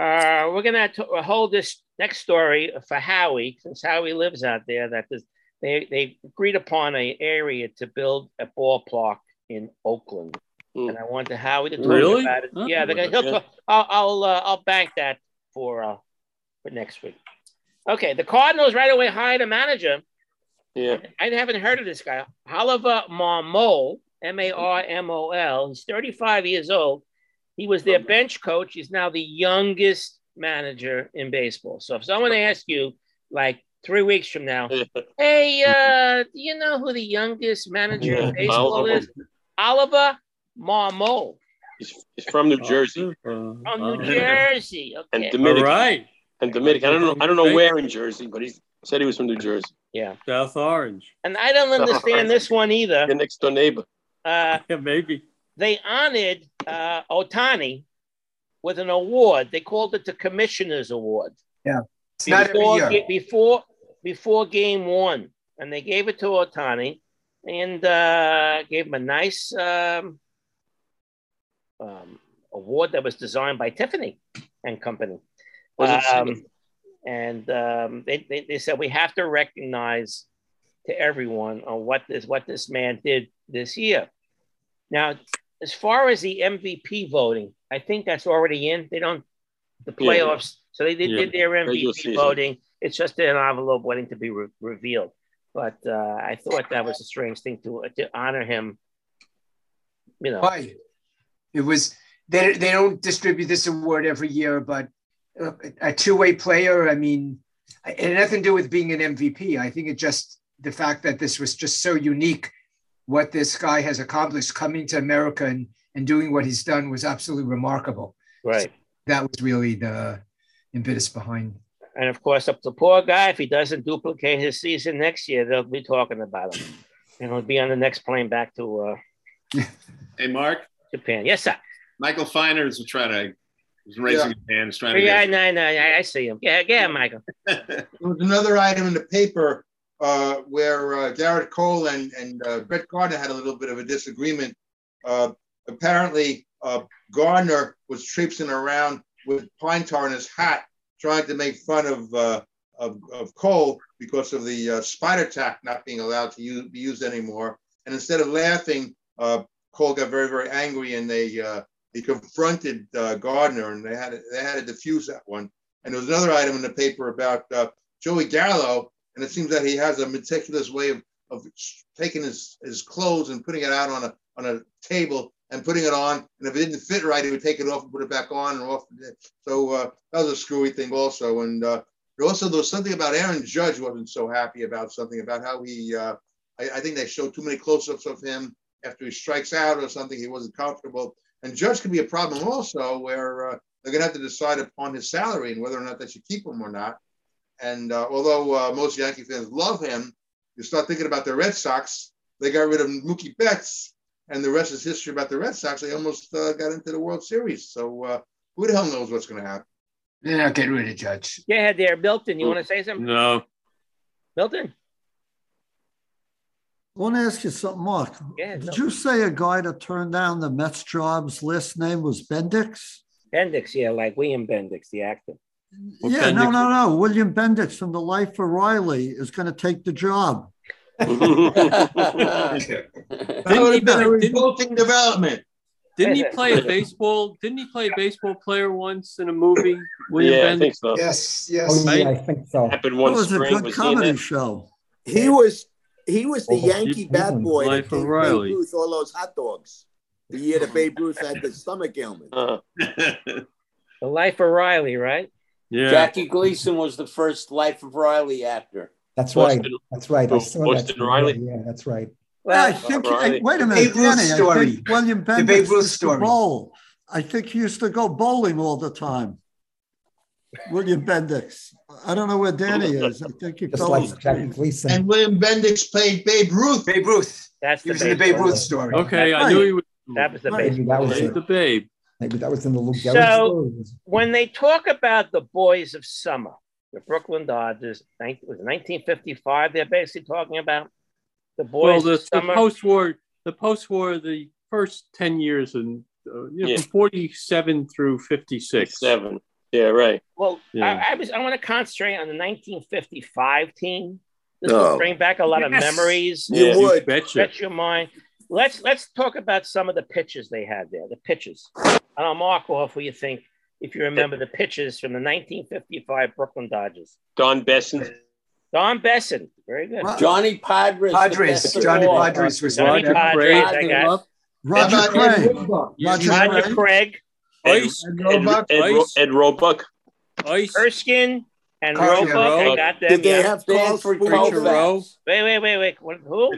Uh, we're gonna t- uh, hold this next story for Howie, since Howie lives out there. That this, they they agreed upon a area to build a ballpark in Oakland, and I wanted Howie to talk
Really?
about it.
Huh?
Yeah, they're gonna. He'll
Yeah.
talk, I'll I'll, uh, I'll bank that for uh, for next week. Okay, the Cardinals right away hired a manager.
Yeah.
I haven't heard of this guy. Oliver Marmol, M A R M O L. He's 35 years old. He was their bench coach. He's now the youngest manager in baseball. So if someone asks you, like three weeks from now, hey, uh, do you know who the youngest manager in baseball is? Oliver Marmol
He's from New Jersey.
from New Jersey.
and
Okay.
Dominican.
right.
And Dominican. I don't know. I don't know where in Jersey, but he said he was from New Jersey.
Yeah.
South Orange.
And I don't understand this one either.
Your next door neighbor.
Uh,
yeah, maybe.
They honored uh, Otani with an award. They called it the Commissioner's Award.
Yeah. It's not every year.
ga- before before game one, and they gave it to Otani, and uh, gave him a nice um, um, award that was designed by Tiffany and Company.
Was it
Um, and um, they, they, they said we have to recognize to everyone on what this what this man did this year. Now, as far as the MVP voting, I think that's already in. They don't the
Yeah, yeah.
playoffs, so they did,
Yeah.
did their
Regular
MVP
season.
voting. It's just an envelope waiting to be re- revealed. But uh, I thought that was a strange thing to to honor him. You know,
Right. It was they they don't distribute this award every year, but uh, a two way player. I mean, it had nothing to do with being an MVP. I think it just the fact that this was just so unique. What this guy has accomplished, coming to America and and doing what he's done, was absolutely remarkable.
right.
That was really the impetus behind.
And of course, up to the poor guy, if he doesn't duplicate his season next year, they'll be talking about him. And he'll be on the next plane back to uh,
Hey, Mark.
Japan. Yes, sir.
Michael Feiner is trying to is raising his hand. Is trying to
Yeah,
get,
no, no, I I see him. Yeah, yeah, Michael.
There was another item in the paper uh, where uh, Garrett Cole and, and uh, Brett Gardner had a little bit of a disagreement. Uh, apparently, uh, Gardner was traipsing around with pine tar in his hat, trying to make fun of, uh, of, of Cole because of the uh, spider tack not being allowed to use, be used anymore. And instead of laughing, uh, Cole got very, very angry and they, uh, he confronted uh, Gardner and they had, to- they had to defuse that one. And there was another item in the paper about uh, Joey Gallo, and it seems that he has a meticulous way of, of taking his, his clothes and putting it out on a on a table and putting it on. And if it didn't fit right, he would take it off and put it back on and off. So uh, that was a screwy thing also. And uh, there also there was something about Aaron Judge wasn't so happy about something about how he. Uh, I, I think they showed too many close-ups of him after he strikes out or something. He wasn't comfortable. And Judge could be a problem also where uh, they're going to have to decide upon his salary and whether or not they should keep him or not. And uh, although uh, most Yankee fans love him, you start thinking about the Red Sox. They got rid of Mookie Betts, and the rest is history about the Red Sox. They almost uh, got into the World Series. So uh, who the hell knows what's going to happen?
They're not getting rid of Judge.
Go ahead there, Milton. You want to say something?
No.
Milton?
I want to ask you something, Mark.
Yeah,
Did
no.
you say a guy that turned down the Mets job's last name was Bendix?
Bendix, yeah, like William Bendix, the actor.
yeah, no, no, no. William Bendix from The Life of Riley is going to take the job.
That would have been a revolting development.
Didn't he play a baseball? Didn't he play a baseball player once in a movie?
Yeah, I think so.
Yes,
Oh, yeah, I think so.
Happened one spring. Was he in that?
show.
He was he was the
Oh,
Yankee
Steve
bad
Cleveland.
boy that
Life of
gave
Riley.
Babe Ruth all those hot dogs. The year that Babe Ruth had the stomach ailment.
The Life of Riley, right?
Yeah.
Jackie Gleason was the first Life of Riley actor.
That's
Boston-
right. That's right. I saw that.
Boston Riley?
Yeah, that's right.
Yeah, I think, I- wait a
Babe
minute,
Ruth
Danny, I
story.
think William
The Babe
Bendix
Ruth
used to
story.
bowl. I think he used to go bowling all the time. William Bendix. I don't know where Danny is. I think he fell off.
Jackie Gleason.
And William Bendix played Babe Ruth.
Babe Ruth.
That's
He was in the Babe Ruth story.
Okay, I knew he was.
That was the
Maybe
baseball.
that was
player.
it.
the babe.
Maybe that was in the Lou Gehrig story.
So when they talk about the boys of summer, the Brooklyn Dodgers, I think it was 1955, they're basically talking about the
Well,
boys
the,
of
the
summer.
post-war, the post-war, the first ten years and uh, you know,
Yeah.
from forty-seven through fifty-six.
Seven. Yeah, right.
well,
Yeah.
I, I was I want to concentrate on the 1955 team. This will
Oh.
bring back a lot of
Yes.
memories.
You Yeah. would.
Betcha.
Bet your mind. Let's let's talk about some of the pitches they had there. The pitches. And I'll mark off what you think if you remember the pitches from the 1955 Brooklyn Dodgers.
Don Besson.
Don Besson, very good.
Johnny Padres. the
Padres,
best of
Johnny
all.
Padres was
Oh, Johnny
one.
Padres, I got.
Roger
How about Ed
Craig.
Woodbuck?
Roger
Roger Craig,
Ed,
Ice.
Ed, Ed, Ro- Ed Roebuck.
Ice.
Erskine, and
Carl
Roebuck. I
Rowe.
got them.
Did they
yeah.
have Carl Stanford Spooner? Koufax.
Rowe. Wait, wait, wait, wait. What, who?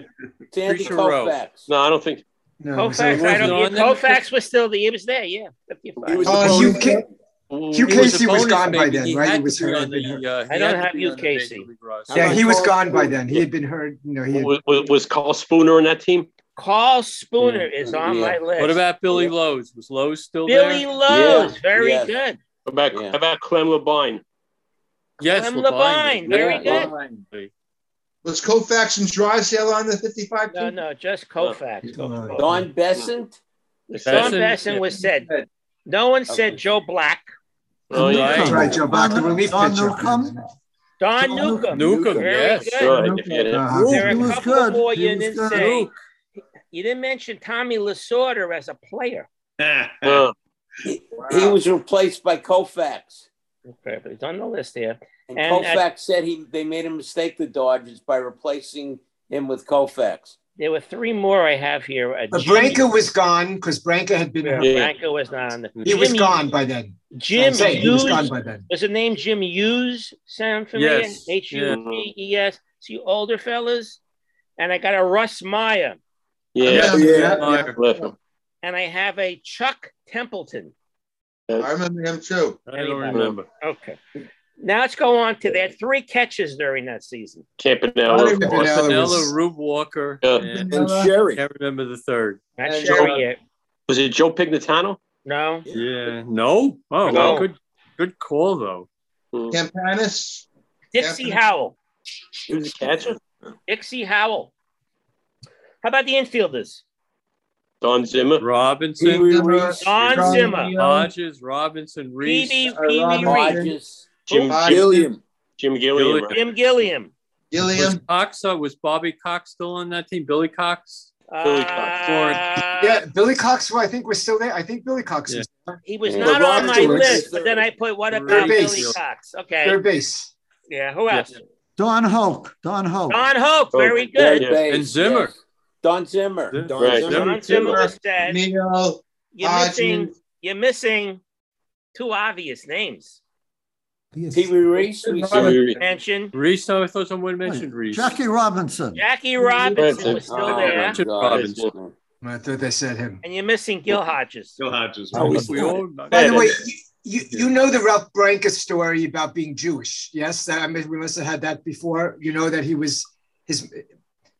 Sandy
Preacher Row.
Koufax.
No, I don't think.
Koufax. I don't. yeah, Koufax was still the. He was there. Yeah, fifty-five.
He was
the
Uh, Hugh,
bonus-
Ca- Hugh
Mm. he was the
Casey was
bonus
gone by
baby.
then,
He
right?
had
He
to
was
be
hurt.
on
had
the,
been hurt.
uh, he
I don't
had to
have
be
you,
on the Major
Casey.
League roster.
Yeah, he was
Carl
gone by
Spooner.
then. He had been hurt. You know, he had,
Was, was, was Carl Spooner on that team?
Carl Spooner is on my list.
What about Billy Lowe's? Was Lowe's still
Billy
there?
Lowe's?
Yeah.
Very
Yeah.
good.
How about, how about Clem Labine?
Yes,
Clem Labine. Very
Yeah.
good.
good.
Was Koufax and Drysdale on the 55
No, no, just Koufax.
Don Besant.
Don Besson was said. No one said Joe Black.
Oh, yeah.
That's right, Joe Black, the relief
Don
pitcher.
Newcomb?
Don Newcomb.
Newcomb,
Very
yes.
good.
Good, if you had it.
Uh-huh.
There
He
are a
was
couple of
good.
more
He
you
was
didn't
good.
say. You didn't mention Tommy Lasorda as a player.
Uh,
He was replaced by Koufax.
Okay, but he's on the list there.
And,
And uh,
Koufax
at-
said he they made a mistake, the Dodgers, by replacing him with Koufax.
There were three more I have here. Uh,
But
Jimmy-
Branca was gone because Branca had been
Yeah,
hurt.
Franco was not on the.
He was
Jimmy-
gone by then.
Jim
I'm saying, he was gone
Hughes-
by then.
Does the name Jim Hughes sound familiar?
Yes,
H U G E S. It's you older fellas. And I got a Russ Meyer.
yeah.
Yeah.
Left him.
And I have a Chuck Templeton.
I remember him too.
I don't remember.
Okay. Now let's go on to their three catches during that season.
Campanella. of course.
Pinella, Rube Walker,
Yeah.
and,
And
Sherry. Can't remember the third.
Not
And
Sherry
Joe-
yet.
Was it Joe Pignatano?
No.
Yeah. No. Oh,
No.
good. Good call though.
Hmm.
Campanis.
Dixie
Captain-
Howell.
He was a catcher.
Dixie Howell. How about the infielders?
Don Zimmer.
Robinson,
Don Zimmer.
Hodges, Robinson, Reese, uh,
Pee Wee- Pee Wee Reed.
Hodges.
Jim
Gilliam.
Jim Gilliam. right?
Jim Gilliam.
Was
Gilliam.
Cox uh, was Bobby Cox still on that team? Billy Cox. Uh,
Billy
Cox.
Yeah, Billy Cox, well, I think, was still there. I think Billy Cox was there.
Uh, He was
Yeah.
not
LeBron
on my
James.
list, but then I put what about
Third
Billy
base.
Cox? Okay.
Third base.
Yeah. Who else?
Don Hoke. Don Hoke.
Don Hope. Very
Third
good.
base,
And Zimmer.
yes. Don Zimmer.
Don
Right.
Zimmer.
Don Zimmer was dead.
Neil.
You're missing.
Hodgman.
You're missing two obvious names.
Pee Wee Reese. We said.
Mention
Reese. I thought someone mentioned Reese.
Jackie Robinson.
Jackie Robinson was still
Oh,
there,
Richard
God.
Robinson.
I thought they said him.
and you're missing Gil Hodges.
Still Hodges.
Oh,
We
he's
We
not.
all
By the way, you, you, you know the Ralph Branca story about being Jewish, yes? That, I mean, we must have had that before. You know that he was his.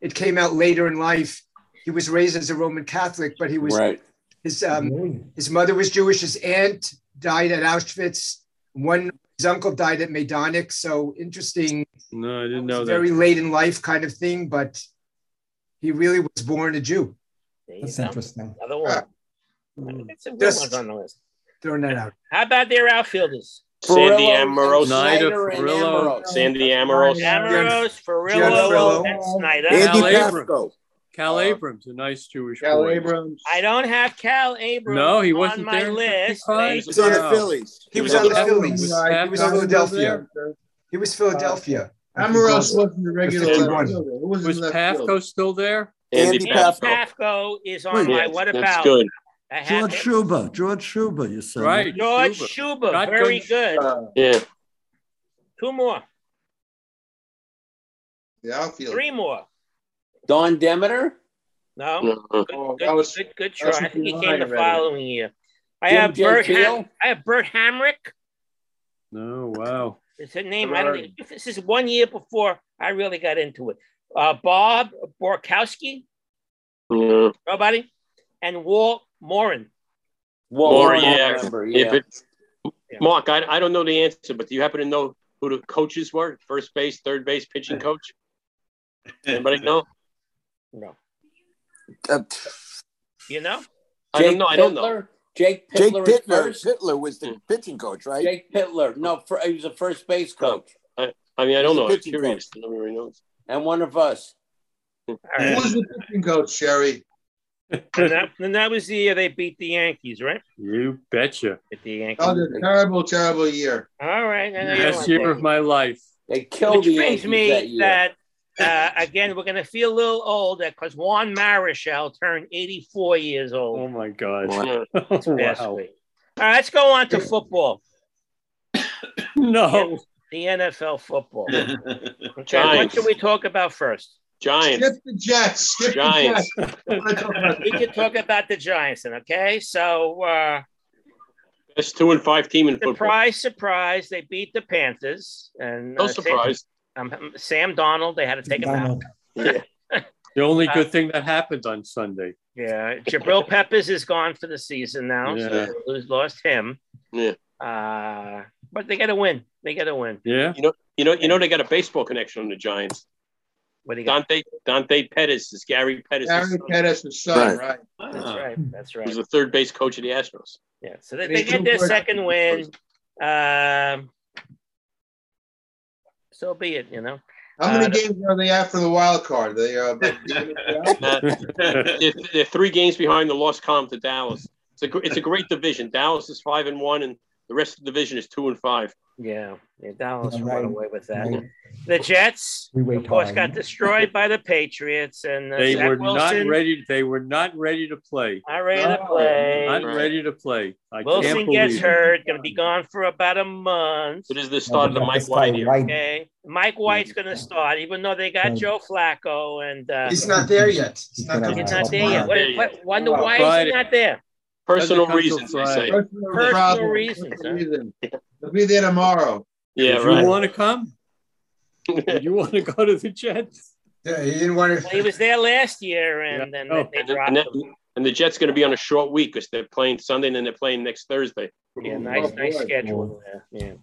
It came out later in life. He was raised as a Roman Catholic, but he was
Right.
his
Mm-hmm.
um, his mother was Jewish. His aunt died at Auschwitz. One his uncle died at Majdanek. So interesting,
No, I didn't know that.
very late in life kind of thing. But He really was born a Jew.
There you
That's
go.
interesting.
Another one. That's some good
Just-
ones on the list.
Throwing that out.
How about their outfielders?
Sandy Amorose.
Snyder, Snyder, and Farillo. Amorose.
Sandy Amorose.
Ambrose,
Jan
Ferrillo,
Farillo.
and Snyder.
Cal Abrams. Cal Abrams, a nice Jewish
Cal
boy.
Abrams.
I don't have Cal Abrams
No, he
on
wasn't
my
there in
list.
55.
Thank
He was on the
you.
Phillies. He was on the Phillies.
He was Philadelphia. He was Philadelphia.
Amorose Uh, wasn't a regular
Fifty-one.
left fielder. Who was, in
Was
left
Pafko
field?
still there?
Andy
Andy Pafko. is
Hmm.
on my
Yes,
What
that's
About.
good.
I have
George
him.
Schuber, George Schuber, you said.
Right.
George Schuber.
Not
Very
good.
good.
Uh,
Yeah.
Two more.
The outfield.
Three more.
Don Demeter?
No.
No.
Good,
Oh,
good,
that was-
good, good
that was
try. I think he came
behind
the
already.
following year. I
Jim
have
J.
Bert. Ham-
Field?
I have Bert Hamrick.
No, wow.
It's a name. I don't. think- This is one year before I really got into it. Uh, Bob Borkowski.
Yeah.
Nobody. And Walt Morin.
More,
Warren, I
yeah.
remember,
If
yeah.
it- Mark, I, I don't know the answer, but do you happen to know who the coaches were? First base, third base, pitching coach? Anybody know?
No.
Uh,
You know?
I don't know. I don't know.
Pittler? Jake
Jake
Pittler.
Pittler.
Pittler was
Hmm.
the pitching coach, right? Jake Pittler. No, fir- he was a first base coach.
Oh, I, I mean, I don't
He's a
know. I'm
pitching
curious. Nobody knows.
And one of us.
Hmm.
Who was the pitching coach, Sherry?
And that, and that was the year they beat the Yankees, right?
You betcha.
At the Yankees.
That was a terrible, terrible year.
All right. I know you don't
Best
like
year
that.
of my life.
They
Which brings me that, uh, again, we're going to feel a little old because Juan Marichal turned 84 years old.
Oh, my God.
Wow.
Wow.
All right, let's go on to football.
No.
The NFL football. Okay, what
Giants.
should we talk about first?
Giants.
the Jets. Skip
the Giants.
we can talk about the Giants then, okay? So, uh,
Best two and five team in football.
surprise, surprise, they beat the Panthers. And uh,
No
Sam-
surprise.
um, Sam Donald, they had to take him out.
The only
Uh,
good thing that happened on Sunday.
Yeah, Jabril Peppers is gone for the season now.
Yeah.
So who's lost him?
Yeah.
Uh, but they got to win. They got to win.
Yeah.
You know, you know, you know, they got a baseball connection on the Giants.
What do you
got? Dante Dante Pettis is Gary Pettis.
Gary Pettis, his son, right?
That's right. That's right.
He's the third base coach of the Astros.
Yeah. So they,
They
they get their
do-
second win. Um, so be it. You know.
How many
Uh,
games are they after the wild card? They uh,
Uh, they're, they're three games behind the lost column to Dallas. It's a gr- it's a great division. Dallas is five and one, and the rest of the division is two and five.
Yeah, yeah Dallas
Yeah,
run
right,
away with that.
right.
The Jets,
We
of
wait
course,
hard.
got destroyed by the Patriots, and uh,
They
Zach
were
Wilson,
not ready. They were not ready to play.
Not ready to
Not
play.
Not ready to play. I can't
Wilson
believe
gets
it.
hurt, going to be gone for about a month.
It is the
start of the Mike White era.
Okay, Mike White's going to start, even though they got
Right.
Joe Flacco, and uh,
He's not there yet. He's not there
He's
yet.
not there yet. What, what, wonder
Wow.
why
Friday.
is he not there?
Personal reasons, they say.
Personal
Problem.
reasons. huh?
They'll be there tomorrow.
Yeah,
Did you want to come? Did you want to go to the Jets?
Yeah, he didn't want
Well, he was there last year, and then
Oh.
they, they dropped
And, that, and the Jets going to be on a short week because they're playing Sunday and then they're playing next Thursday.
Yeah, nice, nice schedule. there. Yeah.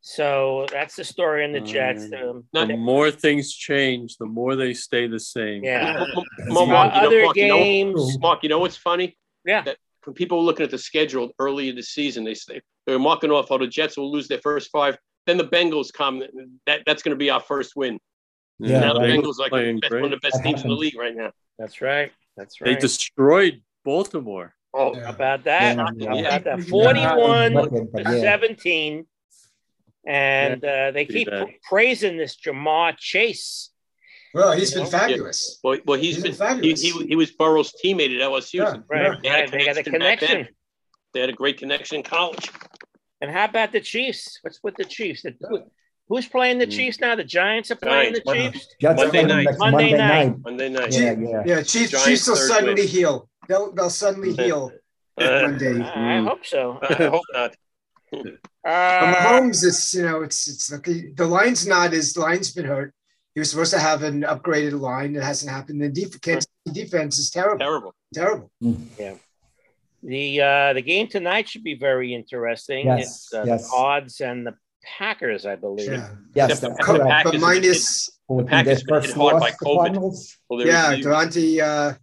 So that's the story
Uh,
in the Jets. Um,
the more things change, the more they stay the same.
Yeah.
Well, Mark, you know,
Other
Mark, you know-
games-
Mark, you know what's funny?
Yeah.
That when people were looking at the schedule early in the season, they say they're marking off how the Jets will lose their first five. Then the Bengals come. That that's going to be our first win.
Yeah,
now the
right.
Bengals are like
Playing
best, one of the
great.
best teams in the
Happens.
league right now.
That's right. That's
They
right.
destroyed Baltimore.
Oh,
How about that?
Yeah.
How
Yeah.
about that?
Yeah.
41 to
Yeah.
17. And uh, they
See
keep
that.
praising this Jamar Chase.
Well,
he's been
fabulous. Well, well he's been he, he, he was Burrow's teammate at LSU.
Right, right. They got a
back then.
connection.
They had a great connection in college.
And how about the Chiefs? What's with the Chiefs? The- who- who's playing the Chiefs now? The Giants are playing the
Mm. Giants.
Chiefs.
Jets are playing
Monday,
next
Monday
Monday
night.
night.
Monday night.
Yeah, yeah. Chiefs,
Giants
Chiefs will
third
suddenly
win.
heal. They'll, they'll suddenly heal one day.
I I hope so.
I hope not.
But
Uh,
Mahomes, it's you know, it's it's like the line's not his line's been hurt. He was supposed to have an upgraded line. It hasn't happened. The def- Kansas City defense is terrible.
Terrible.
Terrible.
yeah. The uh, the game tonight should be very interesting.
Yes,
It's uh,
yes.
the odds and the Packers, I believe.
Yeah.
Yes, that's
Except the- but
correct.
Packers- minus-
Well,
the Packers
they
been hit
first
hard by
lost the
COVID.
Cardinals.
Well,
yeah, Durante. Uh,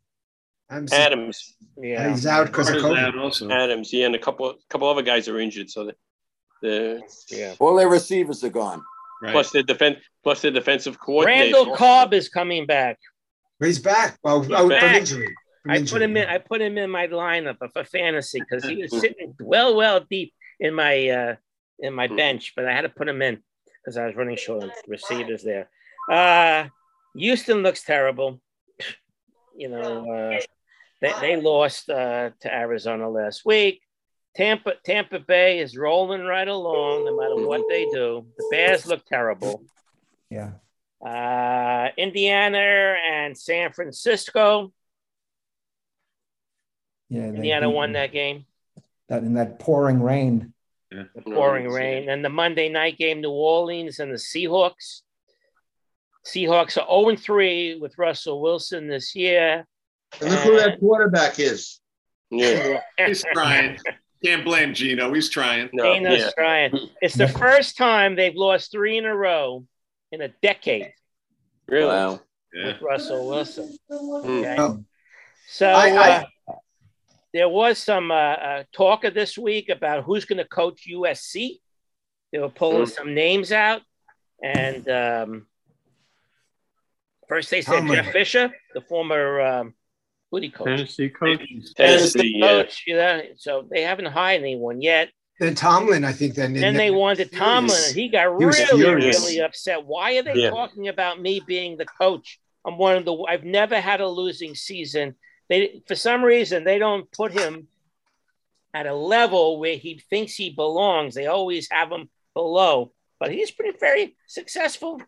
I'm sorry.
Adams.
Yeah. He's out 'cause of Carter's COVID. out also.
Adams, yeah, and a couple couple other guys are injured, so the, the
yeah.
All their receivers are gone.
Plus their defense, plus their defensive coordinator.
Randall Cobb is coming back.
He's back. Well,
oh, from
injury.
I put him in. I put him in my lineup for fantasy because he was sitting well, well deep in my uh, in my bench, but I had to put him in because I was running short on receivers there. Uh, Houston looks terrible. You know, uh, they, they lost uh, to Arizona last week. Tampa Tampa Bay is rolling right along, no matter what they do. The Bears look terrible.
Yeah.
Uh, Indiana and San Francisco.
Yeah. they
Indiana
beat
won
them.
that game.
That in that pouring rain.
The pouring rain. And the Monday night game, New Orleans and the Seahawks. Seahawks are 0 3 with Russell Wilson this year.
And look who that quarterback is.
Yeah.
He's trying. Can't blame Gino. He's trying.
Dana's trying. It's the first time they've lost three in a row in a decade
Really? Hmm.
with Russell Wilson. Okay.
Oh.
So
I- I-
uh, there was some uh, uh, talk of this week about who's going to coach USC. They were pulling
Mm.
some names out, and um, first they said
Tomlin.
Jeff Fisher, the former um, who did he coach?
Tennessee coach.
Tennessee coach. Yeah. So they haven't hired anyone yet.
Then Tomlin, I think. Then
then they wanted Tomlin,
furious.
and he got
He was
really,
furious.
really upset. Why are they
Yeah.
talking about me being the coach? I'm one of the. I've never had a losing season. They, for some reason, they don't put him at a level where he thinks he belongs. They always have him below, but he's been very successful.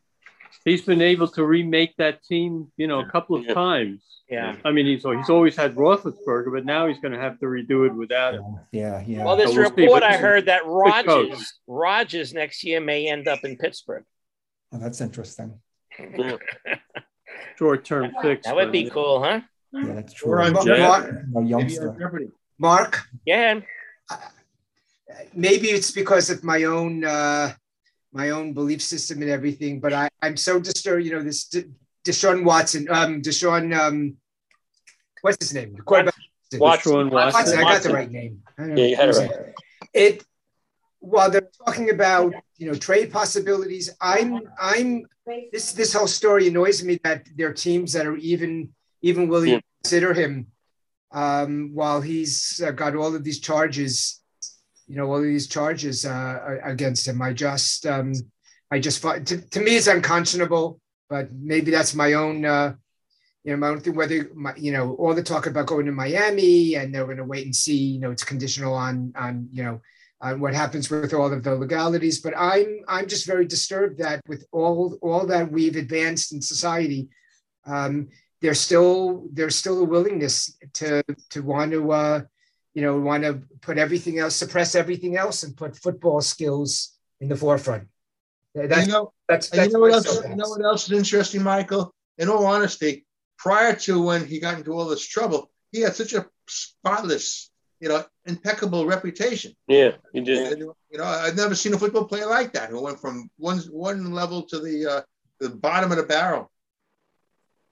He's been able to remake that team, you know, a couple of times.
Yeah.
I mean, he's oh, he's always had Roethlisberger, but now he's going to have to redo it without him.
Yeah. Yeah.
Well, this
So we'll see,
report
but-
I heard that
Good coach.
Rogers, Rogers next year may end up in Pittsburgh.
Oh, that's interesting.
Short term fix.
That would be
but-
cool, huh?
Yeah, that's true.
We're on
Mar-
Jeff.
Mar- no,
Maybe
youngster.
Mark, Uh,
Yeah.
maybe it's because of my own uh, my own belief system and everything, but I, I'm so disturbed. You know, this D- Deshaun Watson, um, Deshaun, um, what's his name? The quarterback.
Watson. Deshaun Watson.
I got the
Watson.
right name. I don't
Yeah, you had it right.
It while they're talking about you know trade possibilities, I'm I'm this this whole story annoys me that there are teams that are even even willing to consider him um, while he's uh, got all of these charges, you know, all of these charges uh, a- against him. I just, um, I just, fi- to, to me, it's unconscionable. But maybe that's my own, uh, you know, my own thing. Whether my, you know, all the talk about going to Miami and they're going to wait and see. You know, it's conditional on on you know on what happens with all of the legalities. But I'm I'm just very disturbed that with all all that we've advanced in society, um, there's still there's still a willingness to to want to uh, you know want to put everything else suppress everything else and put football skills in the forefront. That's
you know,
that's,
and
that's
you know what
my
else?
soapbox.
You know what else is interesting, Michael? In all honesty, prior to when he got into all this trouble, he had such a spotless, you know, impeccable reputation.
Yeah, he did.
You know, I've never seen a football player like that who went from one one level to the uh, the bottom of the barrel.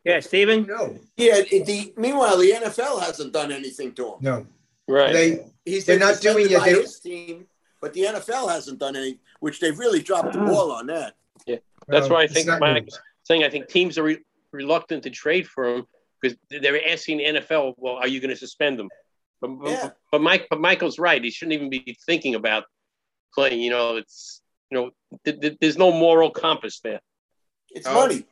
Yeah, Steven?
No.
Yeah. it- The, meanwhile, the NFL hasn't done anything to him.
No.
Right.
They
He's
they're
been
not doing
suspended
it.
by
They,
his team, but the NFL hasn't done anything, which they've really dropped
Hmm.
the ball on that.
Yeah, that's
Well,
why I
it's
think
not
Mike
new.
was saying I think teams are re- reluctant to trade for him because they're asking the NFL, well, are you going to suspend them? But, but- but Mike, but Michael's right. He shouldn't even be thinking about playing. You know, it's you know, th- th- there's no moral compass there.
It's
money.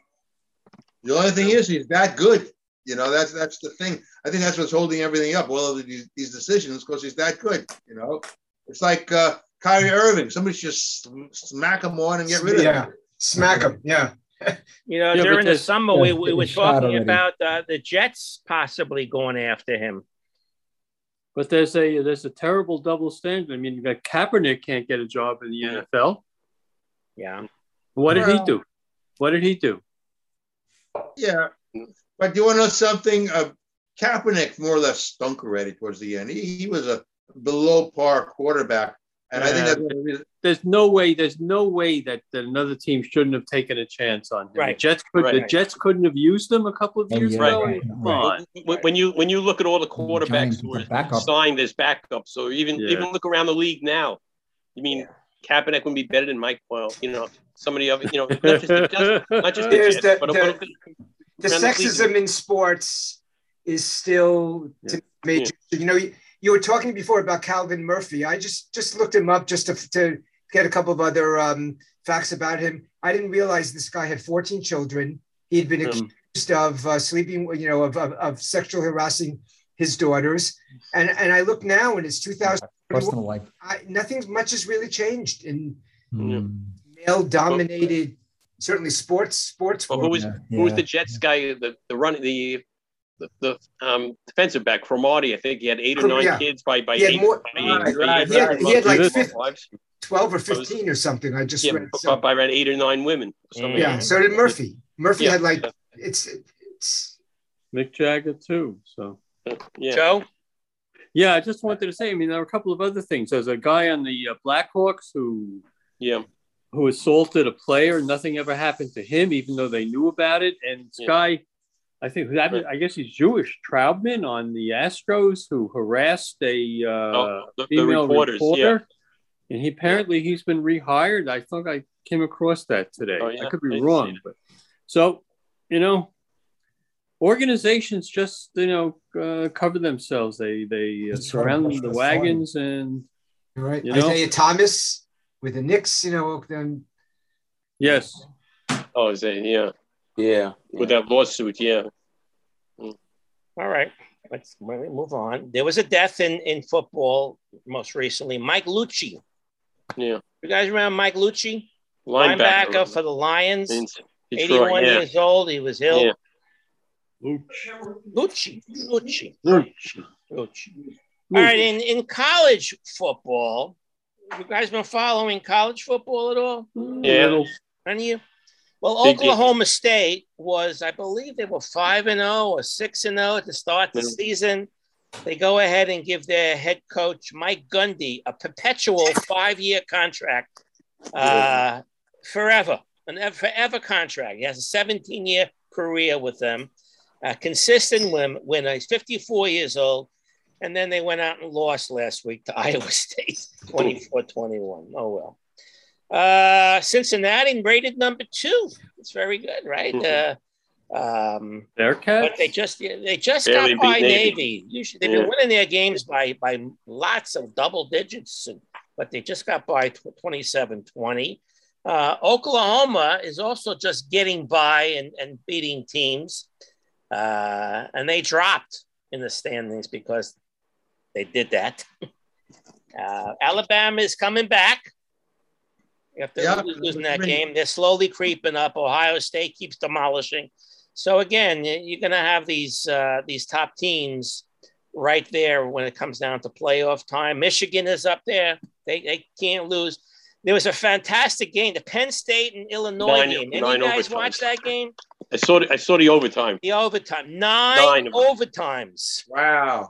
The only thing is, he's that good. You know, that's that's the thing. I think that's what's holding everything up. All of these, these decisions, because he's that good. You know, it's like uh, Kyrie Irving. Somebody should just sm- smack him on and get rid of
yeah,
him.
smack them. Yeah.
You know,
Yeah, but
during the
there's-
summer, we, we
Yeah,
were
he's shot
talking
already.
about uh, the Jets possibly going after him.
But there's a there's a terrible double standard. I mean, that Kaepernick can't get a job in the NFL.
Yeah.
What did he
Well-
do? What did he do?
Yeah, but do you want to know something? Uh, Kaepernick more or less stunk already towards the end. He, he was a below par quarterback, And I think
Yeah.
that's one of the reasons.
There's no way. There's no way that, that another team shouldn't have taken a chance on him.
Right.
The Jets could. The
Right.
Jets couldn't have used him a couple of years ago.
Right.
Come on.
When- When you when you look at all the quarterbacks who
backup.
are signed as backups, so even
Yeah.
even look around the league now. You mean Kaepernick would be better than Mike Boyle? You know, somebody of you know, not just the Jets, not just the
There's
Jets,
the-
but
the-
but-
the
Around the
sexism in sports is still to major. You know, you, you were talking before about Calvin Murphy. I just just looked him up just to, to get a couple of other um, facts about him. I didn't realize this guy had 14 children. He'd been
Hmm.
accused of uh, sleeping, you know, of, of, of sexual harassing his daughters. And and I look now, and it's 2000.
Personal life.
I, nothing much has really changed in male dominated, certainly sports sports.
Well, who was who was the Jets guy? The the run the the, the um, defensive back from Marty. I think he had eight or nine
Yeah.
kids by by
He had
eight.
more-
by eight-
Right,
by eight
right, right. He had like
months.
50 12 or 15 or something. I just
yeah,
read.
b- by around eight or nine women. or something.
Yeah, so did Murphy. Murphy
Yeah.
had like, it's, it's
Mick Jagger too. So.
Uh, Yeah.
Joe.
Yeah, I just wanted to say. I mean, there were a couple of other things. There's a guy on the uh, Blackhawks who,
yeah,
who assaulted a player. Nothing ever happened to him, even though they knew about it. And this
Yeah.
guy, I think that I guess he's Jewish. Troutman on the Astros who harassed a uh,
Oh, the- the
female
reporters, yeah.
reporter, and he apparently he's been rehired. I think I came across that today.
Oh, yeah.
I could
I
be
see
wrong,
that.
but so you know, organizations just you know uh, cover themselves. They they uh,
That's right.
surround
That's
the
the
wagons and
all right.
You know?
Isaiah Thomas with the Knicks, you know, then
yes.
Oh, is that yeah?
Yeah.
With that lawsuit, yeah.
All right. Let's let's move on. There was a death in, in football most recently. Mike Lucci.
Yeah.
You guys remember Mike Lucci?
Linebacker.
for the Lions.
In Detroit,
81
yeah.
years old. He was ill.
Yeah.
Lucci. Lucci.
Lucci.
All right. In, in college football, you guys been following college football at all?
Yeah. Little.
Any of you? Well,
Big deal.
Oklahoma State was, I believe, they were five and zero or six and zero to start the
Mhm.
season. They go ahead and give their head coach Mike Gundy a perpetual five-year contract, uh, forever, an ev- forever contract. He has a 17-year career with them, a uh, consistent win- winner. He's 54 years old, and then they went out and lost last week to Iowa State, 24-21. Oh well. Uh, Cincinnati rated number two. It's very good, right? Uh, um,
Bearcats.
but they just they just
Barely
got by
beat Navy.
Navy. Usually they've
Yeah.
been winning their games by by lots of double digits, and, but they just got by 27-20. Uh, Oklahoma is also just getting by and, and beating teams, uh, and they dropped in the standings because they did that. Uh, Alabama is coming back. After
Yeah.
losing that game, they're slowly creeping up. Ohio State keeps demolishing. So again, y- you're going to have these uh, these top teams right there when it comes down to playoff time. Michigan is up there; they, they can't lose. There was a fantastic game, the Penn State and Illinois
Nine-
game. Any
nine
guys
overtimes.
watch that game?
I saw the, I saw the overtime.
The overtime, nine,
Nine
overtimes.
Wow.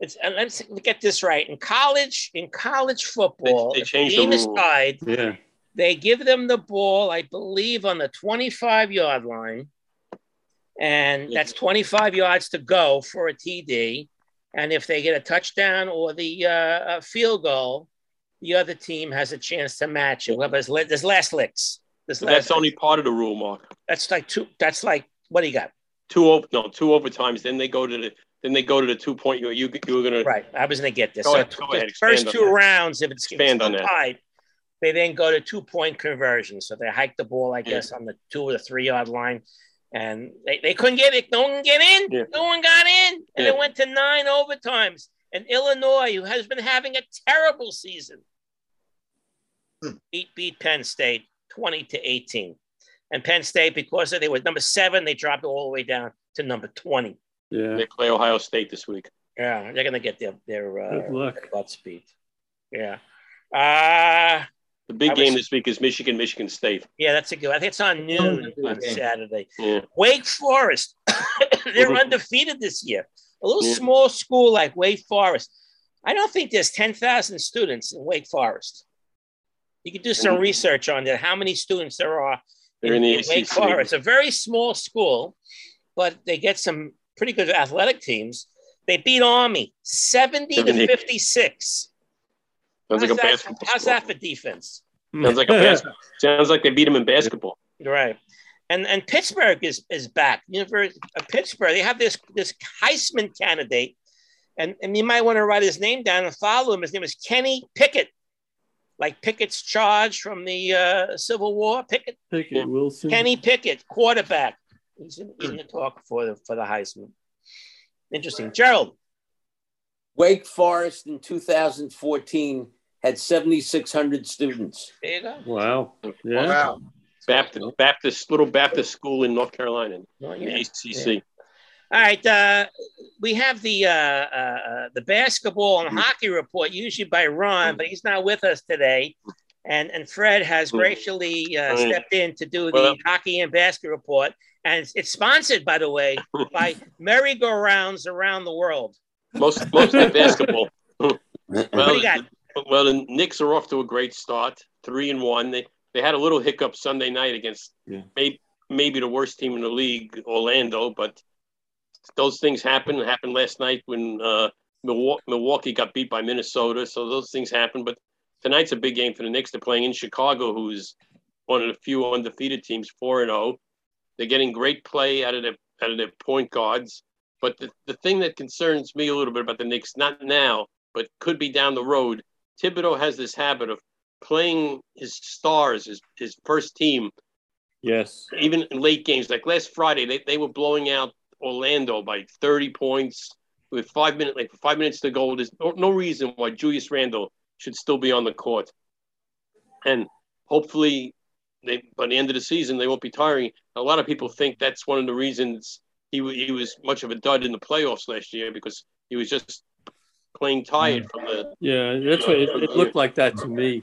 It's, and let's get this right. In college, in college football,
They
if
changed
the team
the
is
rule.
tied,
Yeah.
they give them the ball, I believe, on the 25 yard line. And that's 25 yards to go for a TD. And if they get a touchdown or the uh, uh, field goal, the other team has a chance to match it. Whoever has li- there's last licks. There's last
That's only part of the rule, Mark.
that's like two. That's like what do you got?
Two over, no, two overtimes. Then they go to the then they go to the two point. You you, you were gonna
right. I was gonna get this.
Go
So
ahead,
t-
go
the
ahead.
first
expand on
two
that.
rounds, if it's, if it's
Expand on
still
that.
tied, they then go to two point conversion. So they hike the ball, I guess, on the two or the three yard line, and they, they couldn't get it. No one get in.
Yeah.
No one got in, and
Yeah.
it went to nine overtimes. And Illinois, who has been having a terrible season, beat beat Penn State twenty to eighteen. And Penn State, because they were number seven, they dropped all the way down to number twenty.
Yeah.
They play Ohio State this week.
Yeah, they're gonna get their their uh,
Good luck.
their butt speed. Yeah. Uh
The big
I
game
was-
this week is Michigan, Michigan State.
yeah, that's a good. I think it's on noon
Yeah.
on Saturday.
Yeah.
Wake Forest, they're
Mhm.
undefeated this year. A little
Yeah.
small school like Wake Forest. I don't think there's 10,000 students in Wake Forest. You could do some research on that, how many students there are
They're in the ACC.
Wake Forest. A very small school, but they get some pretty good athletic teams. They beat Army 70 to
70.
56.
Sounds like a
How's that-
basketball.
How's that for defense?
Sounds like a basketball. Sounds like they beat him in basketball.
Right. And and Pittsburgh is is back. University of Pittsburgh. They have this this Heisman candidate, and and you might want to write his name down and follow him. His name is Kenny Pickett, like Pickett's charge from the uh, Civil War. Pickett,
Pickett Wilson.
Kenny Pickett, quarterback. He's in, he's in the talk for the for the Heisman. Interesting, Gerald.
Wake Forest in 2014 had 7,600 students.
There you go.
Wow.
Yeah.
Wow.
Baptist, Baptist, little Baptist school in North Carolina,
Oh,
the
yeah.
ACC.
All right, uh, we have the uh, uh, uh, the basketball
Mm-hmm.
and hockey report usually by Ron, but he's not with us today, and and Fred has graciously uh, stepped in to do the
Mm-hmm. Well-
hockey and basket report, and it's, it's sponsored, by the way, by merry-go-rounds around the world.
Most, mostly basketball. well,
do you got?
well, the Knicks are off to a great start, three and one. They they had a little hiccup Sunday night against
Yeah.
maybe maybe the worst team in the league, Orlando. But those things happen. It happened last night when uh, Milwaukee, Milwaukee got beat by Minnesota. So those things happen. But tonight's a big game for the Knicks. They're playing in Chicago, who's one of the few undefeated teams, four and zero. They're getting great play out of their out of their point guards. But the, the thing that concerns me a little bit about the Knicks, not now, but could be down the road, Thibodeau has this habit of playing his stars, his, his first team,
Yes.
even in late games. Like last Friday, they, they were blowing out Orlando by 30 points with five minutes, like five minutes to go. There's no, no reason why Julius Randle should still be on the court. And hopefully they by the end of the season they won't be tiring. A lot of people think that's one of the reasons he wa- he was much of a dud in the playoffs last year because he was just playing tired from the
Yeah, that's what it, it looked like that to me.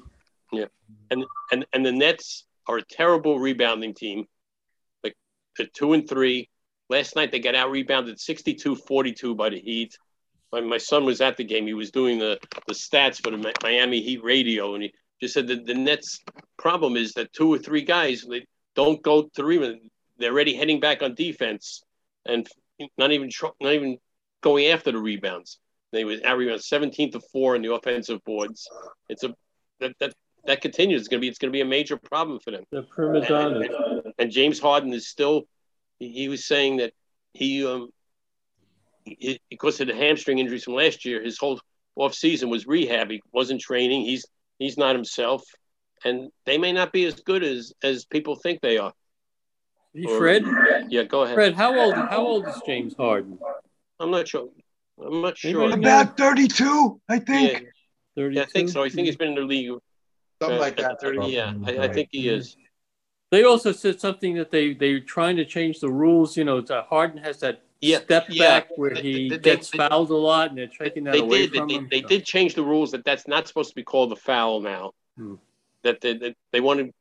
yeah. And and and the Nets are a terrible rebounding team. Like they're two and three. Last night they got out rebounded 62-42 by the Heat. My, my son was at the game. He was doing the, the stats for the Mi- Miami Heat radio, and he just said that the Nets' problem is that two or three guys they don't go three. They're already heading back on defense and not even tr- not even going after the rebounds. They were out rebound 17 to four in the offensive boards. It's a that that that continues. It's gonna be it's gonna be a major problem for them.
The prima donna.
And James Harden is still. He he was saying that he um he, because of the hamstring injuries from last year, his whole offseason was rehab. He wasn't training. He's he's not himself, and they may not be as good as as people think they are.
Hey, Fred?
yeah, go ahead.
Fred, how old how old is James Harden?
I'm not sure. I'm not sure.
Anybody know?
About 32, I think.
Yeah, I think so. I think he's been in the league.
Something
uh,
like that.
30, yeah, I, I think he is.
They also said something that they they're trying to change the rules. You know, that Harden has that
Yeah,
step
yeah.
back where he
they-
gets fouled a lot, and they're taking that
They
away
did. They,
from
they,
him.
they did change the rules that that's not supposed to be called a foul now.
Hmm.
That they, that they wanted,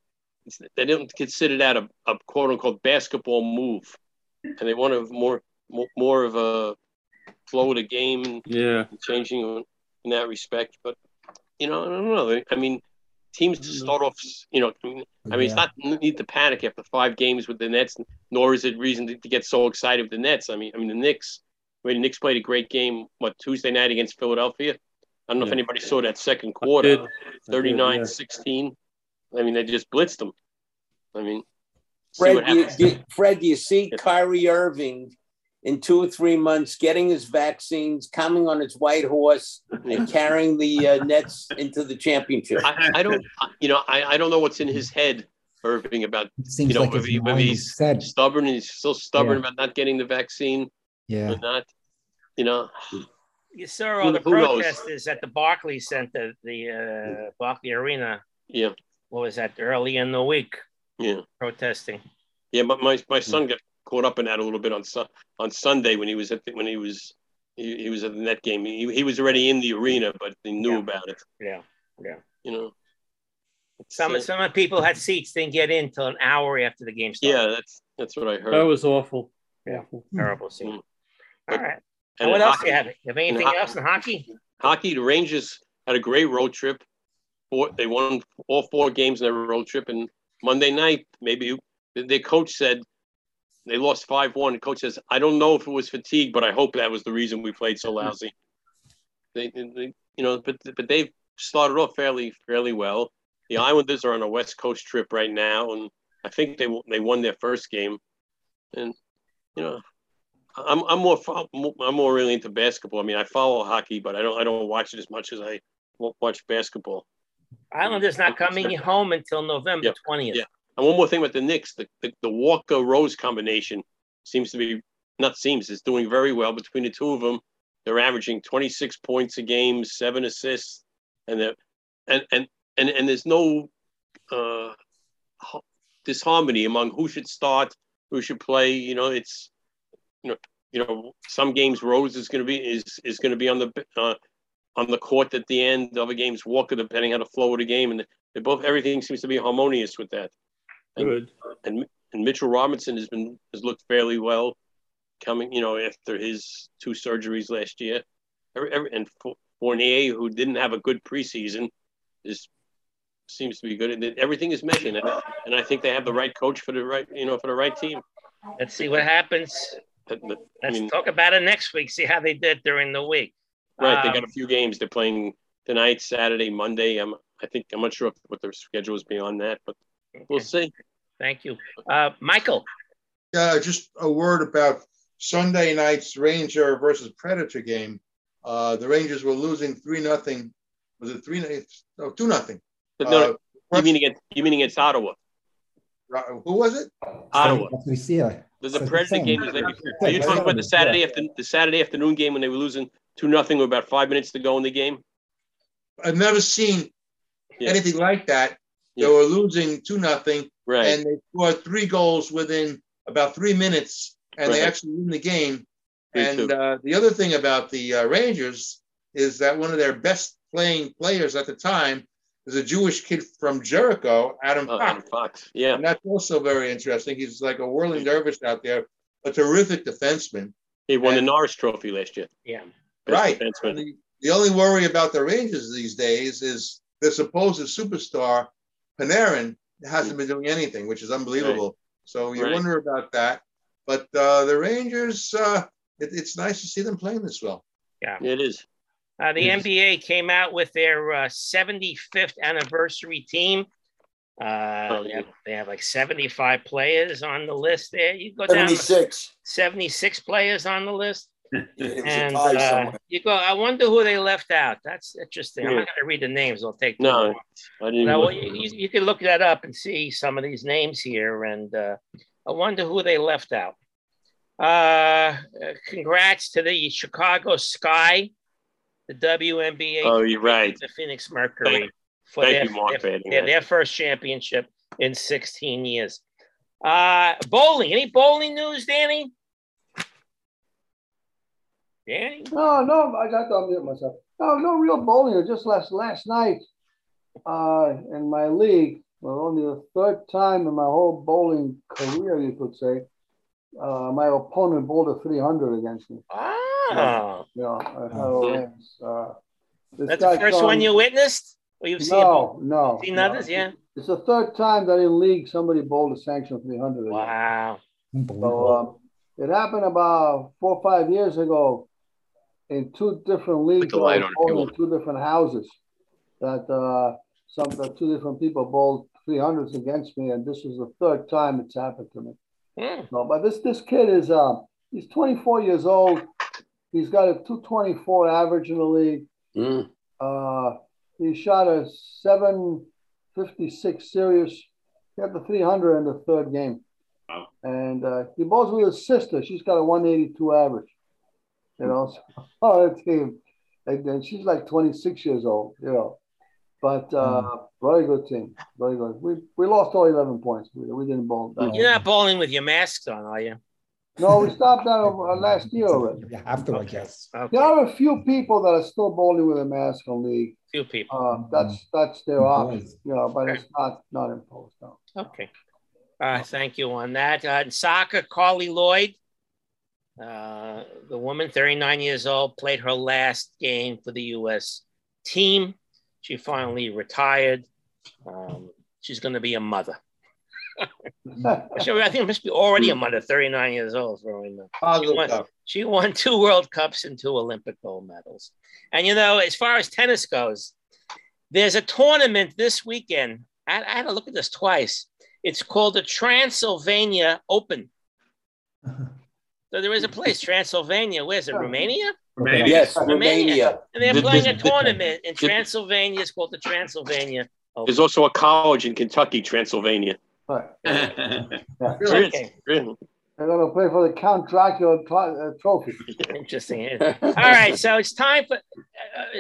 they didn't consider that a, a quote unquote basketball move, and they wanted more more, more of a flow of the game.
Yeah.
changing in that respect, but you know, I don't know. I mean, teams start off, you know, I mean, I
Mm-hmm.
mean it's
Yeah.
not no need to panic after five games with the Nets, nor is it reason to, to get so excited with the Nets. I mean, I mean the Knicks. I mean, the Knicks played a great game. What Tuesday night against Philadelphia? I don't know if
Yeah.
anybody saw that second
did.
quarter,
I did,
39-16. I mean, they just blitzed them. I mean, see
Fred,
what
you,
happens.
do- Fred, do you see Kyrie Irving in two or three months getting his vaccines, coming on his white horse, and carrying the uh, Nets into the championship?
I, I don't, you know, I, I don't know what's in his head, Irving, about
seems
you know
like his
maybe, maybe
mind is
he's
set.
stubborn. He's still stubborn
Yeah.
about not getting the vaccine,
Yeah.
but not, you know,
You saw all the
Who- who knows?
protesters at the Barclays Center, the uh, Barclay Arena.
yeah,
What was that? Early in the week,
yeah,
protesting.
yeah. But my my son got caught up in that a little bit on Su- on Sunday when he was at the, when he was he, he was at the net game. He, he was already in the arena, but he knew about it.
Yeah, yeah.
You know,
Some
Yeah.
some of the people had seats, didn't get in till an hour after the game started.
yeah, that's that's what I heard.
That was awful. Hmm.
Yeah.
Awful.
Terrible scene. All right.
And
And what
in
else
hockey-
do you have? You have
in
anything
hockey-
else in hockey?
hockey, the Rangers had a great road trip. Four, they won all four games in their road trip. And Monday night, maybe their coach said they lost 5 1. The coach says, I don't know if it was fatigue, but I hope that was the reason we played so lousy. They, they- they- you know, but, but they've started off fairly, fairly well. The Islanders are on a West Coast trip right now, and I think they w- they won their first game. And you know, I'm I'm more fo- I'm more really into basketball. I mean, I follow hockey, but I don't I don't watch it as much as I wa- watch basketball.
Islanders not coming home until November twentieth.
Yeah. And one more thing about the Knicks, the, the, the Walker Rose combination seems to be not seems is doing very well between the two of them. They're averaging 26 points a game, seven assists, and they're and and and, and there's no uh, ho- disharmony among who should start, who should play. You know, it's you know you know some games Rose is going to be is is going to be on the uh, on the court at the end. Other games Walker, depending on the flow of the game, and they both everything seems to be harmonious with that. And,
Good.
And and Mitchell Robinson has been has looked fairly well coming. You know, after his two surgeries last year, every, every, and Fo- Fournier, who didn't have a good preseason, is seems to be good. And everything is meshing, and, and I think they have the right coach for the right you know for the right team.
Let's see what happens.
But- but, I
Let's
mean,
talk about it next week. See how they did during the week.
right, they
Um,
got a few games. They're playing tonight, Saturday, Monday. I'm I think I'm not sure what their schedule is beyond that, but we'll see.
Thank you, uh, Michael.
Uh, just a word about Sunday night's Ranger versus Predator game. Uh, the Rangers were losing three nothing. Was it three? ni- No, two nothing.
But no, no,
Uh,
you mean against you mean against Ottawa?
Who was it?
Ottawa.
We see a
The, the
So it's
Predator
the
game
same.
was there.
Yeah,
Are you
it's
talking
the
about
same.
the Saturday after the Saturday afternoon game when they were losing two nothing with about five minutes to go in the game?
I've never seen anything like that. They were losing two nothing,
Right.
and they scored three goals within about three minutes, and they
Right.
actually win the game.
Three
and
two.
uh, the other thing about the uh, Rangers is that one of their best playing players at the time is a Jewish kid from Jericho, Adam
Oh,
Fox.
Adam Fox. Yeah.
And that's also very interesting. He's like a whirling dervish out there, a terrific defenseman.
He won the Norris Trophy last year.
Yeah.
Right.
defenseman.
The, the only worry about the Rangers these days is the supposed superstar Panarin hasn't been doing anything, which is unbelievable. So you
Right.
wonder about that. But uh, the Rangers, uh, it, it's nice to see them playing this well.
Yeah,
it is.
Uh, the
Yes.
NBA came out with their uh, 75th anniversary team. Uh,
Oh,
they, have, they have like 75 players on the list there. You go down
76.
76 players on the list.
It was a
And
tie
uh,
somewhere.
you go, I wonder who they left out. That's interesting. I'm
Yeah.
not going to read the names. I'll take too
No,
long.
I didn't.
Now,
look.
well, you, you can look that up and see some of these names here, and uh, I wonder who they left out. Uh, congrats to the Chicago Sky, the WNBA.
Oh, you're right.
The Phoenix Mercury
Thank-
for
thank
their,
you, Mark, for
their,
adding
their-
that.
their first championship in 16 years. Uh, bowling. Any bowling news, Danny? Danny?
No, Oh, no, I got to unmute myself. No, no real bowling. Just last last night, uh, in my league, well, only the third time in my whole bowling career, you could say, uh, my opponent bowled a 300 against me.
Oh.
Yeah, I had a wins. Uh, this
That's the
guy
first one
Sean-
you witnessed, or you've seen?
No, no,
Seen
no.
others? Yeah.
It's the third time that in league somebody bowled a sanction 300.
Wow.
So um, it happened about four or five years ago in two different leagues.
the light
I was
on if you
bowling
want.
in two different houses. That uh, some that two different people bowled 300s against me, and this is the third time it's happened to me.
Hmm.
So, but this this kid is uh, he's 24 years old. He's got a 224 average in the league. Uh, he shot a 756 series. He had the 300 in the third game. And uh, he bowls with his sister. She's got a 182 average. You know, so on the team. And then she's like 26 years old, you know. But uh, very good team. Very good. We, we lost all 11 points. We, we didn't bowl that.
You're not bowling with your masks on, are you?
No, we stopped that over, uh, last year already.
You have to, I guess.
There are a few people that are still bowling with a mask on league.
Few people.
Um,
Mm.
that's that's their option, you know, but it's not not imposed. No.
Okay. Uh, thank you on that. Uh, and soccer, Carly Lloyd. Uh, the woman, 39 years old, played her last game for the U.S. team. She finally retired. Um, she's going to be a mother. Actually, I think it must be already
Hmm.
a mother, 39 years old. For all I know. She
Positive
won,
stuff.
she won two World Cups and two Olympic gold medals. And you know, as far as tennis goes, there's a tournament this weekend. I, I had to look at this twice. It's called the Transylvania Open. So there is a place, Transylvania. Where's it? Romania?
Romania. Yes, Romania.
And they're
This-
playing a
this- this-
tournament in Transylvania. It's called the Transylvania Open.
There's also a college in Kentucky, Transylvania.
Really?
Really?
They're gonna play for the Count Dracula tro- uh, trophy.
Interesting. All right, so it's time for uh,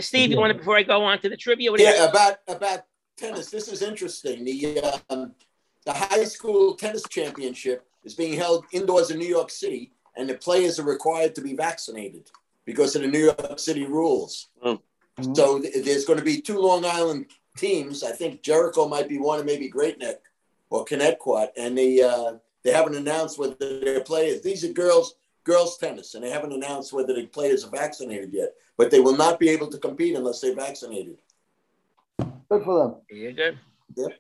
Steve. You want to before I go on to the trivia? What do you
Yeah, about about tennis. This is interesting. The um, the high school tennis championship is being held indoors in New York City, and the players are required to be vaccinated because of the New York City rules.
Mm.
Mm-hmm.
So th- there's going to be two Long Island teams. I think Jericho might be one, and maybe Great Neck or Connecticut. And the uh, they haven't announced whether their players. These are girls girls tennis, and they haven't announced whether the players are vaccinated yet. But they will not be able to compete unless they're vaccinated.
Good for them.
You're good.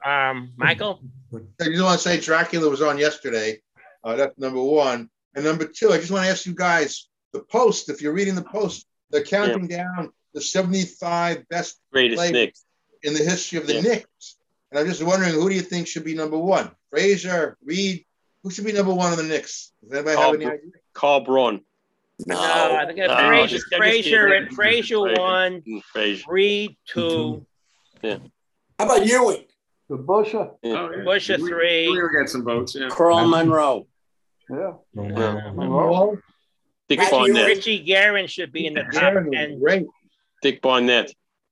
Um, Michael?
I just want to say Dracula was on yesterday. Uh, that's number one. And number two, I just want to ask you guys the post, if you're reading the post, they're counting down the 75 best
Greatest
players
Knicks.
in the history of the
Yeah.
Knicks. And I'm just wondering who do you think should be number one? Frazier, Reed, who should be number one on the Knicks? Does anybody
Carl,
have any idea?
Carl Braun.
No, I think uh,
just-
Frazier,
I'm just
Frazier,
kidding. Mm,
and Frazier one,
Frazier. Mm-hmm.
Reed two.
Yeah.
How about Ewing?
The Busher.
Oh, Bush a three.
We got some votes. Yeah.
Carl Monroe.
Yeah.
Monroe.
Dick
Richie,
Barnett.
Richie Guerin should be in the top ten.
Dick Barnett.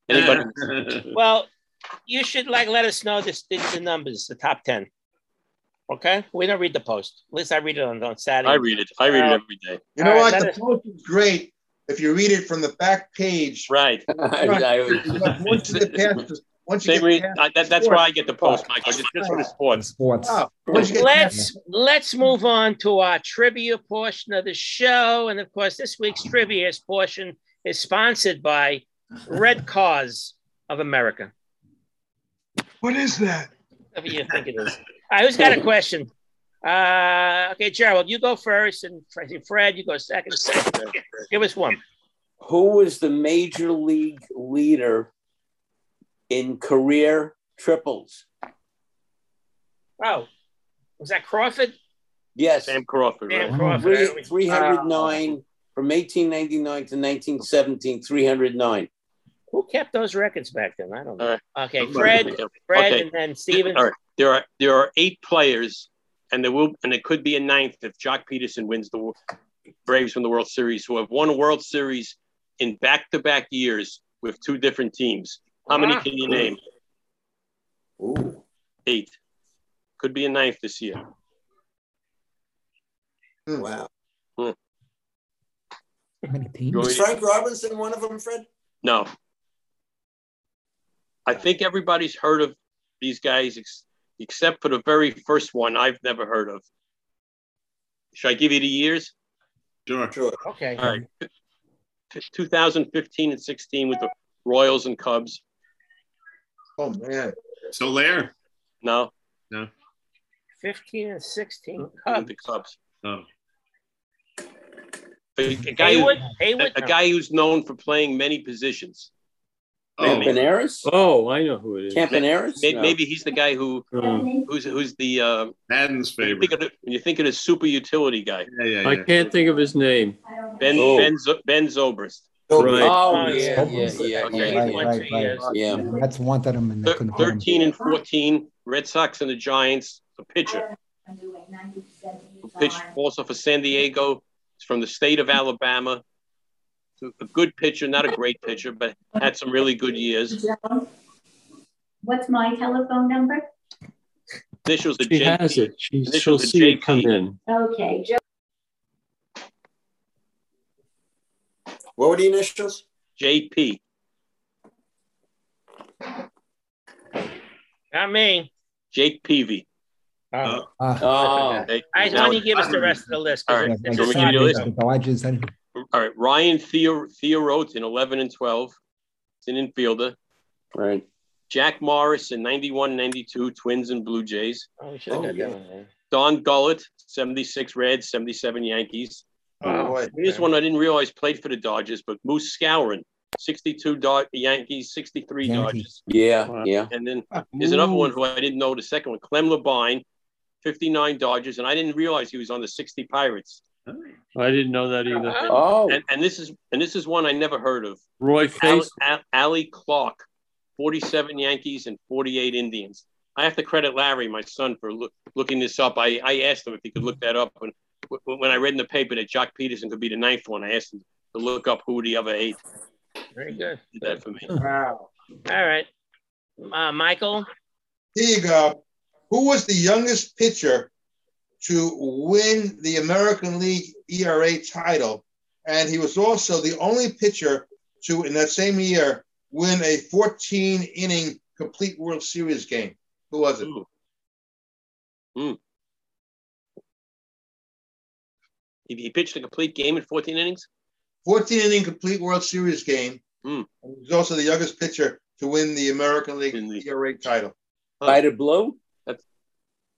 Anybody?
Well, you should like let us know this, this the numbers, the top ten. Okay, we don't read the post. At least I read it on, on Saturday.
I read it. I read it every day.
You know
All right,
what?
let
The post is great if you read it from the back page.
Right.
Once you get past the- once you
Same
get
reason-
past
I- that- that's
sports,
why I get the post, Michael. Just, just for the sports.
Sports.
Oh.
Let's let's move on to our trivia portion of the show, and of course, this week's trivia portion is sponsored by Red Cause of America.
What is that?
Whatever you think it is. All right, who's got a question? Uh, okay, Gerald, you go first, and Fre- Fred, you go second. Give us one.
Who was the major league leader in career triples?
Oh, was that Crawford?
Yes.
Sam Crawford.
Sam right? Crawford, I don't-
309 from 1899 to 1917, 309.
Who kept those records back then? I don't know.
All right.
Okay, Fred, Fred,
Okay.
and then Steven.
All right. There are there are eight players, and there will and it could be a ninth if Jock Peterson wins the Wo- Braves from the World Series, who have won a World Series in back to back years with two different teams. How many can you name?
Ooh.
Eight. Could be a ninth this year.
Wow.
How many
Is Frank Robinson one of them, Fred?
No. I think everybody's heard of these guys ex- except for the very first one I've never heard of. Should I give you the years?
Sure.
Sure.
Okay.
All right. 2015 and 16 with the Royals and Cubs.
Oh man.
Solaire.
No,
15 and 16.
with the Cubs.
No.
A, a guy, who-
Haywood? Haywood?
a, a guy who's known for playing many positions.
Oh.
Oh, I know who it is.
Maybe, maybe he's the guy who
Mm.
who's who's the uh,
Madden's
favorite. When you, think of the, when you think of the super utility guy,
yeah,
I can't think of his name.
Ben
Oh.
Ben Zo- Ben Zobrist.
Right.
Oh, yeah, yeah,
Opens-
yeah.
Okay.
Right, right, right. Mets wanted him and they couldn't put him.
13 and 14, Red Sox and the Giants, a pitcher. Who pitched also for San Diego. He's from the state of Alabama. So A good pitcher, not a great pitcher, but had some really good years.
What's my telephone number?
Initials are
She
JP.
has it. She, she'll
Initials are
see it come in.
Okay, Joe.
What were the initials?
JP.
Not me.
Jake Peavy. Uh,
Oh.
Ah.
Oh.
Okay.
I just
Now-
want you to give us the rest of the list. 'cause
All right.
it's- it's
So
a
we can do
lot.
this?
The Dodgers, anyway.
All right, Ryan Theo Theorote in 11 and 12. He's an infielder.
Right.
Jack Morris in 91 92, Twins and Blue Jays.
Oh, we should have
Oh,
got
yeah.
that one. there.
Don Gullett, 76 Reds, 77 Yankees.
Wow.
Boy, Here's one I didn't realize played for the Dodgers, but Moose Scourin, 62 Dod- Yankees, 63 Dodgers.
Yeah, yeah.
And then there's another one who I didn't know the second one, Clem Labine, 59 Dodgers, and I didn't realize he was on the 60 Pirates.
I didn't know that either.
Oh.
And, and this is and this is one I never heard of.
Roy
Al,
Face.
Al- Allie Clark, 47 Yankees and 48 Indians. I have to credit Larry, my son, for look, looking this up. I, I asked him if he could look that up. When, when I read in the paper that Jock Peterson could be the ninth one, I asked him to look up who the other eight
Very good.
did that for me.
Wow. All right. Uh, Michael?
Here you go. Who was the youngest pitcher to win the American League ERA title? And he was also the only pitcher to, in that same year, win a 14 inning complete World Series game. Who was it?
He, he pitched a complete game in 14 innings. Hmm.
14 inning complete World Series game. And he was also the youngest pitcher to win the American League ERA title.
By the blue?
That's,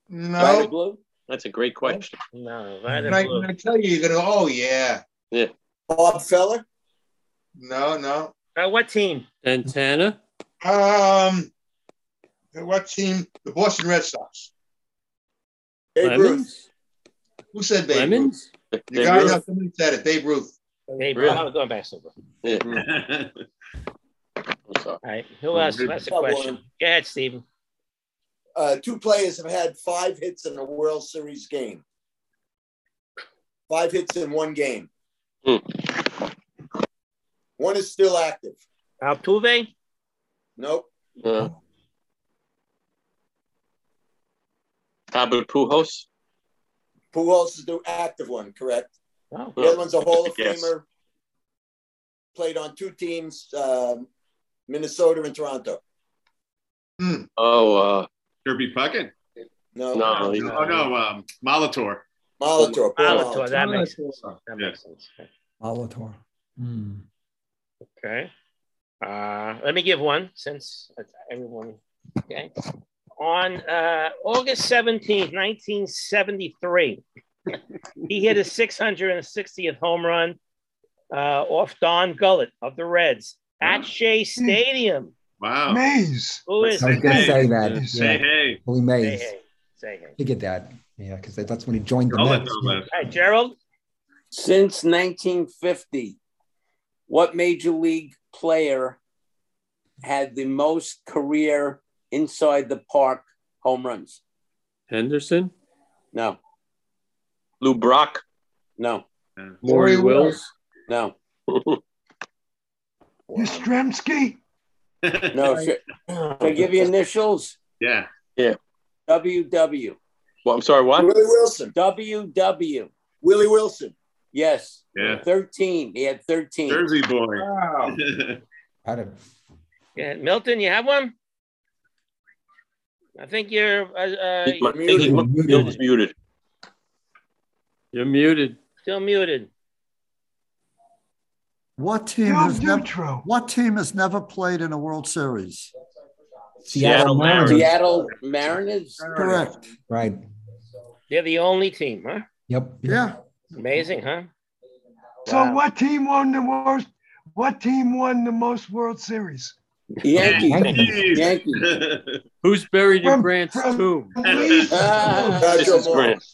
no.
By the Uh, blue?
That's a great question.
No,
Can I, can I tell you, you're going to go, oh, yeah.
Yeah.
Bob Feller?
No, no.
Uh, what team?
Santana.
Um, what team? The Boston Red Sox.
Babe Lemons?
Who said Babe
Lemons?
Ruth? You
Babe
guys
Ruth.
know somebody said it. Babe Ruth.
Hey, bro,
Really?
I was going back sober.
Yeah.
All right. Who else? That's a question. Go ahead, Steven.
Uh, two players have had five hits in a World Series game. Five hits in one game.
Hmm.
One is still active.
Altuve?
Nope.
Uh, Albert Pujols.
Pujols is the active one, correct?
Oh.
The other one's a Hall of
Hmm. Yes.
Famer. Played on two teams, um, Minnesota and Toronto.
Oh, uh,
Kirby Puckett.
No,
no, oh no,
uh,
um, Molitor.
Molitor,
Molitor, that makes sense. That makes sense.
Molitor. Hmm.
Okay. Uh, let me give one since everyone. Okay. On uh, August 17th, 1973, he hit his 660th home run uh, off Don Gullett of the Reds at Shea Stadium.
Wow.
Mays. Who is
I was going to
Mays?
say that.
Say
yeah.
hey.
Willie Mays.
Say hey. Say hey.
You get that. Yeah, because that's when he joined the
All that
Mets.
dumbass.
All right, Gerald.
Since 1950, what major league player had the most career inside the park home runs?
Henderson.
No,
Lou Brock.
no,
Maury Wills.
no,
Yastrzemski?
no. Should, should I give you initials?
Yeah.
Yeah.
WW.
Well, I'm sorry, what?
Willie Wilson.
WW.
Willie Wilson.
Yes.
Yeah.
13. He had 13.
Jersey boy.
Wow.
I don't.
Yeah, Milton, you have one? I think you're. Uh, uh,
I
you're
think he's mu- he's muted.
You're muted.
still muted.
What team has never, what team has never played in a World Series?
Seattle Mariners.
Seattle Mariners.
Correct.
Right.
They're the only team, huh?
Yep.
Yeah.
Amazing, huh?
So
Wow.
what team won the most? What team won the most World Series?
Yankees.
Yankees. Who's buried in Grant's tomb?
This
is Grant.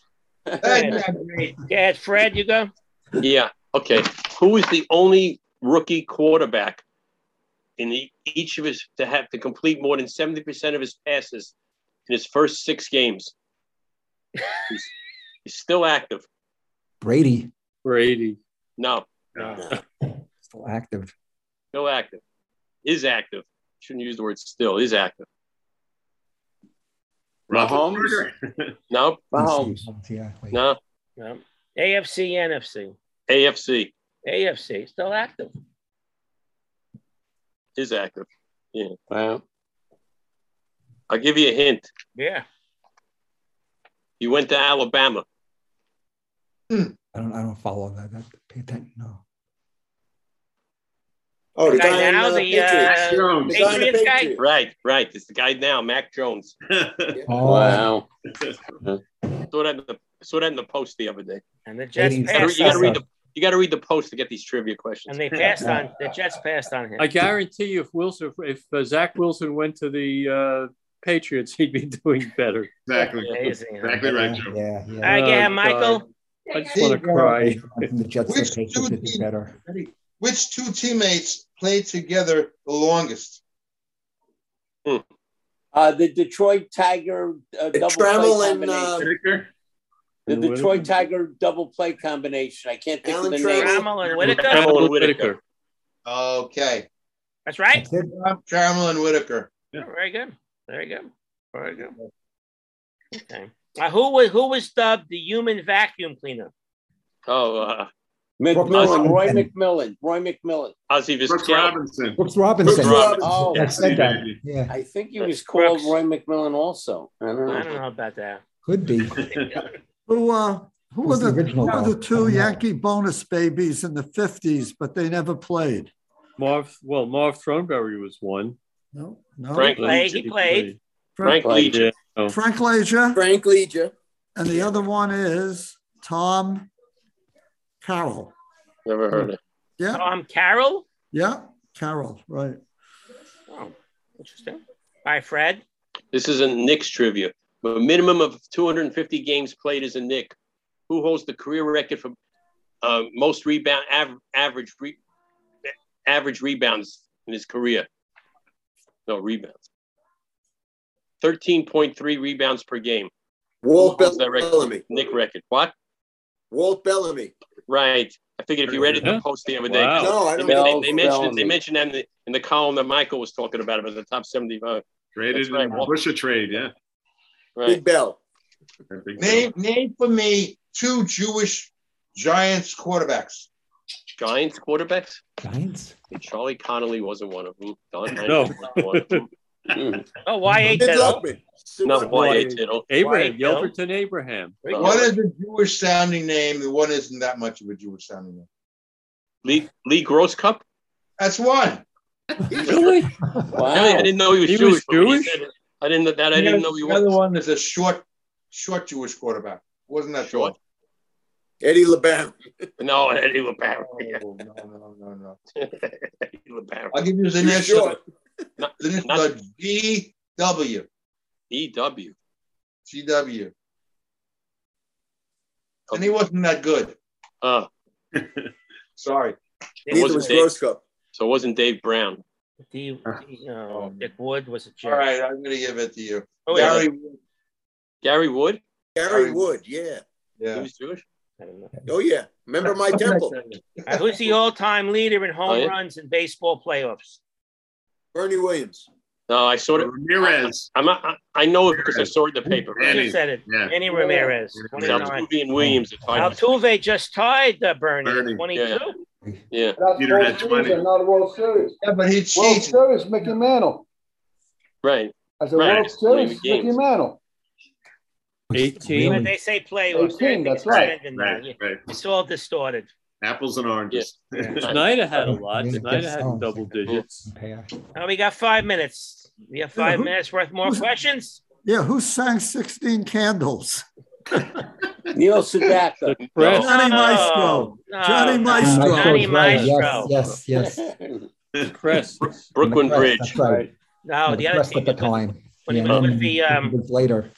Yeah, Fred, you go.
Yeah. Okay. Who is the only rookie quarterback in the, each of his to have to complete more than seventy percent of his passes in his first six games? he's, he's still active.
Brady,
Brady.
No,
still active.
still active. Is active. Shouldn't use the word still. Is active.
Mahomes.
No.
Mahomes.
Yeah.
No.
No. AFC, NFC.
AFC
AFC, still active.
is active. Yeah.
Wow.
I'll give you a hint.
Yeah.
You went to Alabama.
I don't. I don't follow that. that pay attention. No.
Oh,
the guy guy in, now, uh, the, Patriots. uh, Mac Jones. Patriots
Patriots
guy?
guy. Right, right. It's the guy now, Mac Jones.
Wow.
saw that in the saw that in the post the other day.
And the Jets
you
passed
gotta
on-
read the you gotta read the post to get these trivia questions.
and they passed on. The Jets passed on him.
I guarantee you, if Wilson, if uh, Zach Wilson went to the uh, Patriots, he'd be doing better.
Exactly.
Amazing, huh?
Exactly right, Joe.
Yeah. yeah.
All right, get him,
Oh,
Michael.
I just want to cry.
The Jets and Patriots would be better.
Which two teammates played together the longest?
Uh, the Detroit Tiger uh, double
Trammell
play
and,
combination.
uh,
the
And Whitaker?
Detroit Tiger double play combination. I can't think
Alan
of the name.
Trammell and Whitaker? Trammell and Whitaker.
Okay.
That's right.
Trammell and Whitaker.
Very good. Very good. Very good. Okay. Uh, who was who was dubbed the human vacuum cleaner?
Oh, uh,
McMillan,
Brooks
Roy
Robinson.
McMillan, Roy McMillan.
Ozzie Vizcarra.
Robinson.
Brooks Robinson.
Brooks Robinson. Oh,
I said that. Yeah.
I think he was called Roy McMillan also. I don't know.
I don't know about that.
Could be.
Who, uh, who were
Who's
the,
the original
who were
though?
the two Yankee bonus babies in the 50s, but they never played?
Marv, well, Marv Thornberry was one.
No, no.
Frank Leach, he played.
Frank Leach.
Yeah, no.
Frank Legia.
Frank Legia.
And the other one is Tom Carroll.
Never heard it.
Yeah.
Tom Carroll.
Yeah, Carroll, right.
Oh, interesting. Hi, Fred.
This is a Knicks trivia. A minimum of 250 games played as a Knick. Who holds the career record for uh, most rebound av- average re- average rebounds in his career? No rebounds. 13.3 rebounds per game.
Walt
Who holds that record?
Bellamy.
Nick record. What?
Walt Bellamy.
Right. I figured if you read it in the
Huh?
post the other day,
Wow. No, I don't
they,
know.
they, they mentioned they
Bellamy.
mentioned that in the, in the column that Michael was talking about about the top 75.
Traded
That's right.
in Bush a trade, yeah.
Big
Bell.
Name name for me two Jewish Giants quarterbacks.
Giants quarterbacks?
Giants?
Charlie Connolly wasn't one of them. Don Heinrich
No.
wasn't one of them. Mm.
Oh, why
Sid
ain't that?
Luckman. Not Y.A. Tittle.
Abraham,
Y.A. Tittle.
Yelverton Abraham.
One is a Jewish sounding name, the one isn't that much of a Jewish sounding name.
Lee, Lee Gross Cup?
That's one.
Really?
Really? I didn't know he was Jewish. but when he said it, I didn't know that. I didn't know he
The
was.
other one is a short, short Jewish quarterback. Wasn't that short?
Eddie LeBaron.
No, Eddie LeBaron.
Oh, No, no, no, no.
Eddie LeBaron.
I'll give you his
He's
initial.
short.
The initial GW.
E.W.
GW. And he wasn't that good.
Uh,
Sorry.
it wasn't Dave- So it wasn't Dave Brown.
D, D, oh, Dick Wood was a jerk.
Uh, All right, I'm going to give it to you.
Oh, yeah.
Gary,
Gary Wood?
Gary Wood, yeah.
Yeah.
He was Jewish?
Oh, yeah. Remember my temple.
Uh, who's the all-time leader in home
Oh, yeah.
runs in baseball playoffs?
Bernie Williams.
No, I saw it.
Ramirez.
I, am I, I know it because I saw it in the paper.
You just said it. Andy Ramirez. 29.
Altuve and Williams. At five.
Altuve just tied uh, Bernie.
Bernie,
22.
yeah. Yeah.
That's
Peter
World
had
Series
20.
and not a World Series.
Yeah, but he
World Series, Mickey Mantle.
Right.
I said
Right, I
World
just believe
Series,
the games.
Mickey Mantle.
18.
But they say playoffs.
18,
Everything's
that's right.
trending now.
Right, right.
It's all distorted.
Apples and oranges.
Snyder had a lot. Snyder had double digits.
Oh, we got five minutes. We have five
Mm-hmm.
who-
minutes worth more questions.
Yeah, who sang 16 Candles?
Neil Sedaka.
Johnny Maestro.
No,
Johnny
no,
Maestro.
Johnny Maestro.
Yes, yes, yes.
The Crest.
Brooklyn
Crest,
Bridge.
That's right.
No, the other
Crest
team.
at the time.
when he was with the, um,
was later.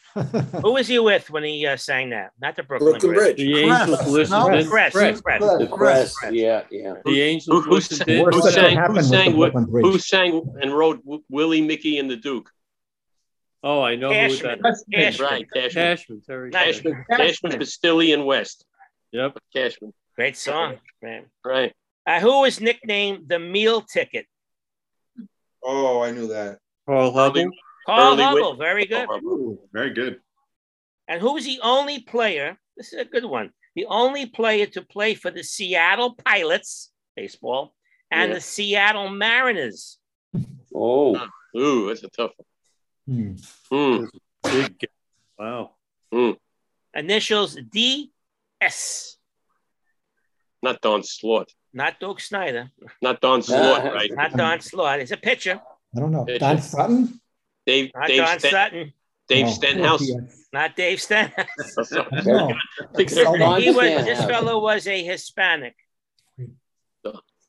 Who was he with when he uh, sang that? Not the Brooklyn,
Brooklyn
Bridge.
Bridge. The Angels
Crest.
listened in.
Crest.
Crest.
Crest.
The Crest,
yeah, yeah.
The
Who,
Angels
who,
was
sang,
the
who,
Worst that could
sang,
happen
who,
with the
sang, Wi-
Brooklyn Bridge.
who sang and wrote Wi- Willie, Mickey, and the Duke?
Oh, I know
Cashman.
who that is.
Cashman.
Right, Cashman.
Cashman, Terry.
Cashman.
Cashman, Bastilli, and West.
Yep.
Cashman.
Great song, man.
Right.
Uh, who was nicknamed the meal ticket?
Oh, I knew that.
Carl Hubbard.
Carl
Early
Hubble.
win-
Very good.
Very good.
And who was the only player? This is a good one. The only player to play for the Seattle Pilots, baseball, and
Yeah.
the Seattle Mariners.
Oh.
Mm. Ooh, that's a tough one. Hmm.
Big. Wow.
initials D.S.
Not Don Slot.
Not Doug Snyder.
Not Don Slot, right?
Not Don Slot. It's a pitcher.
I don't know.
Pitcher.
Don Sutton?
Dave,
Not
Dave,
Don
Sten-
Sutton.
Dave
Oh.
Stenhouse.
Not Dave Stenhouse.
No.
he was, this fellow was a Hispanic.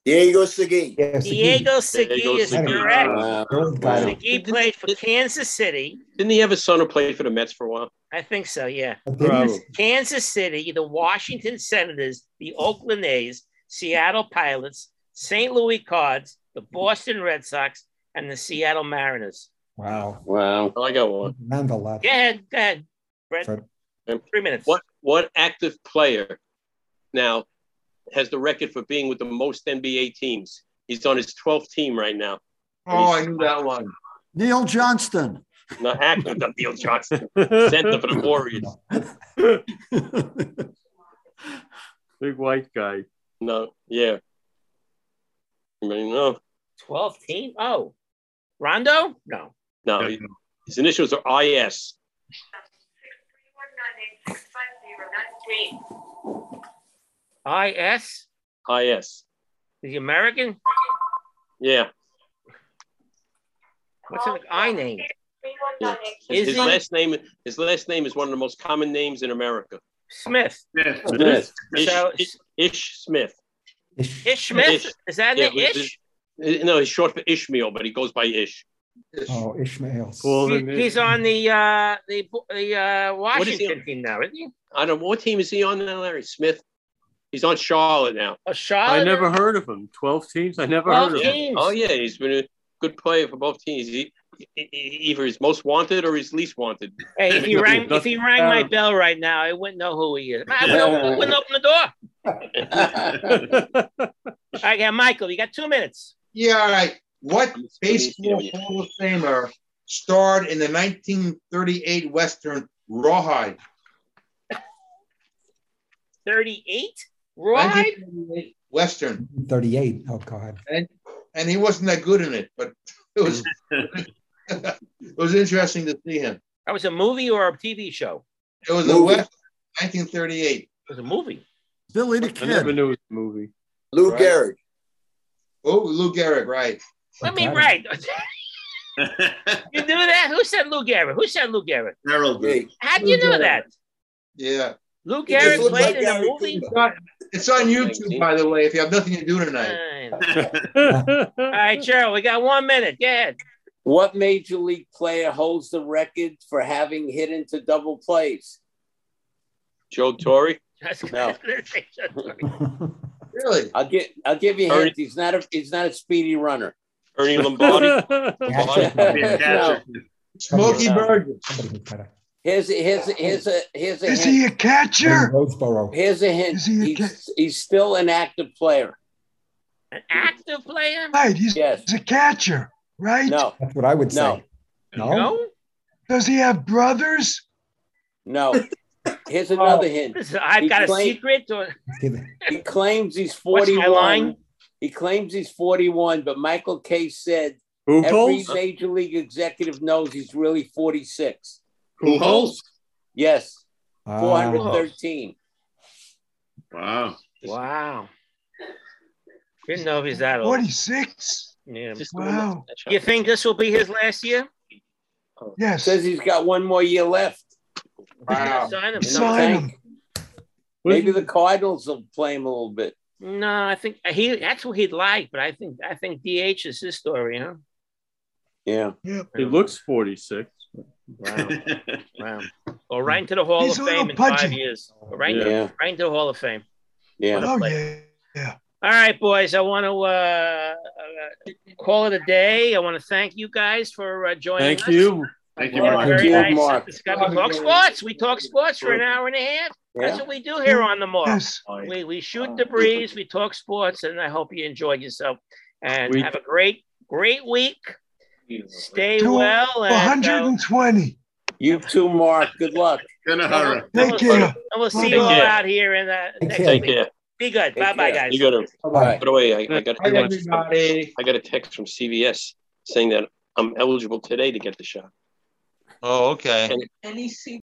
Diego Segui.
Diego Segui is
Segui.
correct.
Wow.
Segui played for Kansas City.
Didn't he have his son who played for the Mets for a while?
I think so, yeah.
Bravo.
Kansas City, the Washington Senators, the Oakland A's, Seattle Pilots, St. Louis Cards, the Boston Red Sox, and the Seattle Mariners.
Wow.
Wow. I got one.
Not a lot.
Go ahead, go ahead, Brett. Three minutes.
What what active player now has the record for being with the most NBA teams? He's on his 12th team right now.
Oh, I knew that one.
Neil Johnston.
Not active, not Neil Johnson. Center for the Warriors.
Big white guy.
No, yeah. Anybody know?
12 team? Oh, Rondo? No.
No. he- His initials are IS.
IS?
IS.
The American?
Yeah.
What's an I name?
yeah. His,
Is
his
he-
last name his last name is one of the most common names in America.
Smith.
Smith.
Smith.
Ish,
So-
Ish- Ish Smith.
Ish Smith?
Ish.
Is that
Yeah,
an Ish?
his- no, he's short for Ishmael, but he goes by Ish.
Oh, Ishmael.
He- he's on the uh, the the uh,
is he
Washington
on?
team now, isn't he?
I don't know what team is he on now, Larry Smith. He's on Charlotte now.
Oh,
I
Charlotte.
never heard of him. 12 teams? I never heard of him.
Oh yeah, he's been a good player for both teams. He, he- he- either he's most wanted or he's least wanted.
Hey, if he rang if he rang my bell right now, I wouldn't know who he is. I wouldn't, open- I wouldn't open the door. I got Michael. You got two minutes.
Yeah, all right. What baseball Hall of Famer starred in the 1938 Western Rawhide?
Thirty-eight. Right.
1938 Western.
38. Oh, God.
And, and he wasn't that good in it, but it was it was interesting to see him.
That was a movie or a TV show?
It was a
Movie.
West 1938. It
was a movie.
Billy the
I never knew his movie.
Lou
Gehrig. Oh, Lou Gehrig, right.
Let me write. you knew that? Who said Lou Gehrig? Who said Lou Gehrig?
Harold
did.
How do you
Lou
know
Gehrig.
that?
Yeah.
Lou
He just
Gehrig
looked like
played in a
Gary
movie.
It's on, it's on YouTube, by the way, if you have nothing to do tonight.
Uh, All right, Cheryl, we got one minute. Go ahead.
What major league player holds the record for having hit into double plays?
Joe Torre.
No.
Really?
I'll get I'll give you a
Ernie-
hint. He's not a he's not a speedy runner.
Ernie Lombardi.
no.
Smokey Burgess.
Here's a, here's a, here's a here's a
Is
hint.
he a catcher?
Roseboro.
Here's a hint. he's, he's still an active player.
An active player?
Right. He's, he's a catcher, right?
No.
That's what I would
No.
say. No.
Does he have brothers?
No. Here's another hint.
Oh, I've
He
got a
claimed-
secret. Or...
He claims he's
What's my
41.
line?
He claims he's 41, but Michael K said
Who
every
calls?
major league executive knows he's really 46.
Who calls?
Yes.
Ah.
413.
Wow.
Wow. Didn't know he's that old.
46.
Yeah.
Wow.
You think this will be his last year?
Yes.
Oh. Says he's got one more year left.
Wow. Sign him.
In the tank. Maybe the Cardinals will play him a little bit.
No, I think he that's what he'd like, but I think I think DH is his story, huh?
Yeah.
Yep.
He looks 46.
Wow. wow. Or right into the Hall
He's
of
a little
Fame in
pudgy.
five years. Or Right,
Yeah.
right into the Hall of Fame.
Yeah.
What a
Oh,
player.
yeah. Yeah.
All right, boys. I want to uh, uh, call it a day. I want to thank you guys for uh, joining us.
Thank you.
Thank you, Mark. Very nice. It's gotta be- talk sports. We talk sports for an hour and a half. That's
Yeah.
what we do here on the Mark.
Yes.
We, we shoot the breeze. We talk sports, and I hope you enjoyed yourself. And
We-
have a great, great week. Stay
To
well. And, uh,
120.
You too, Mark. Good luck.
Gonna
and we'll,
Take care.
and we'll see
Take
you all
care.
out here in uh, next
Take
week.
care.
Be good. Bye bye, guys.
You got to.
Bye.
By the way, I, I got
Bye,
a text. I got a text from CVS saying that I'm eligible today to get the shot.
Oh, okay.
And,
Any secret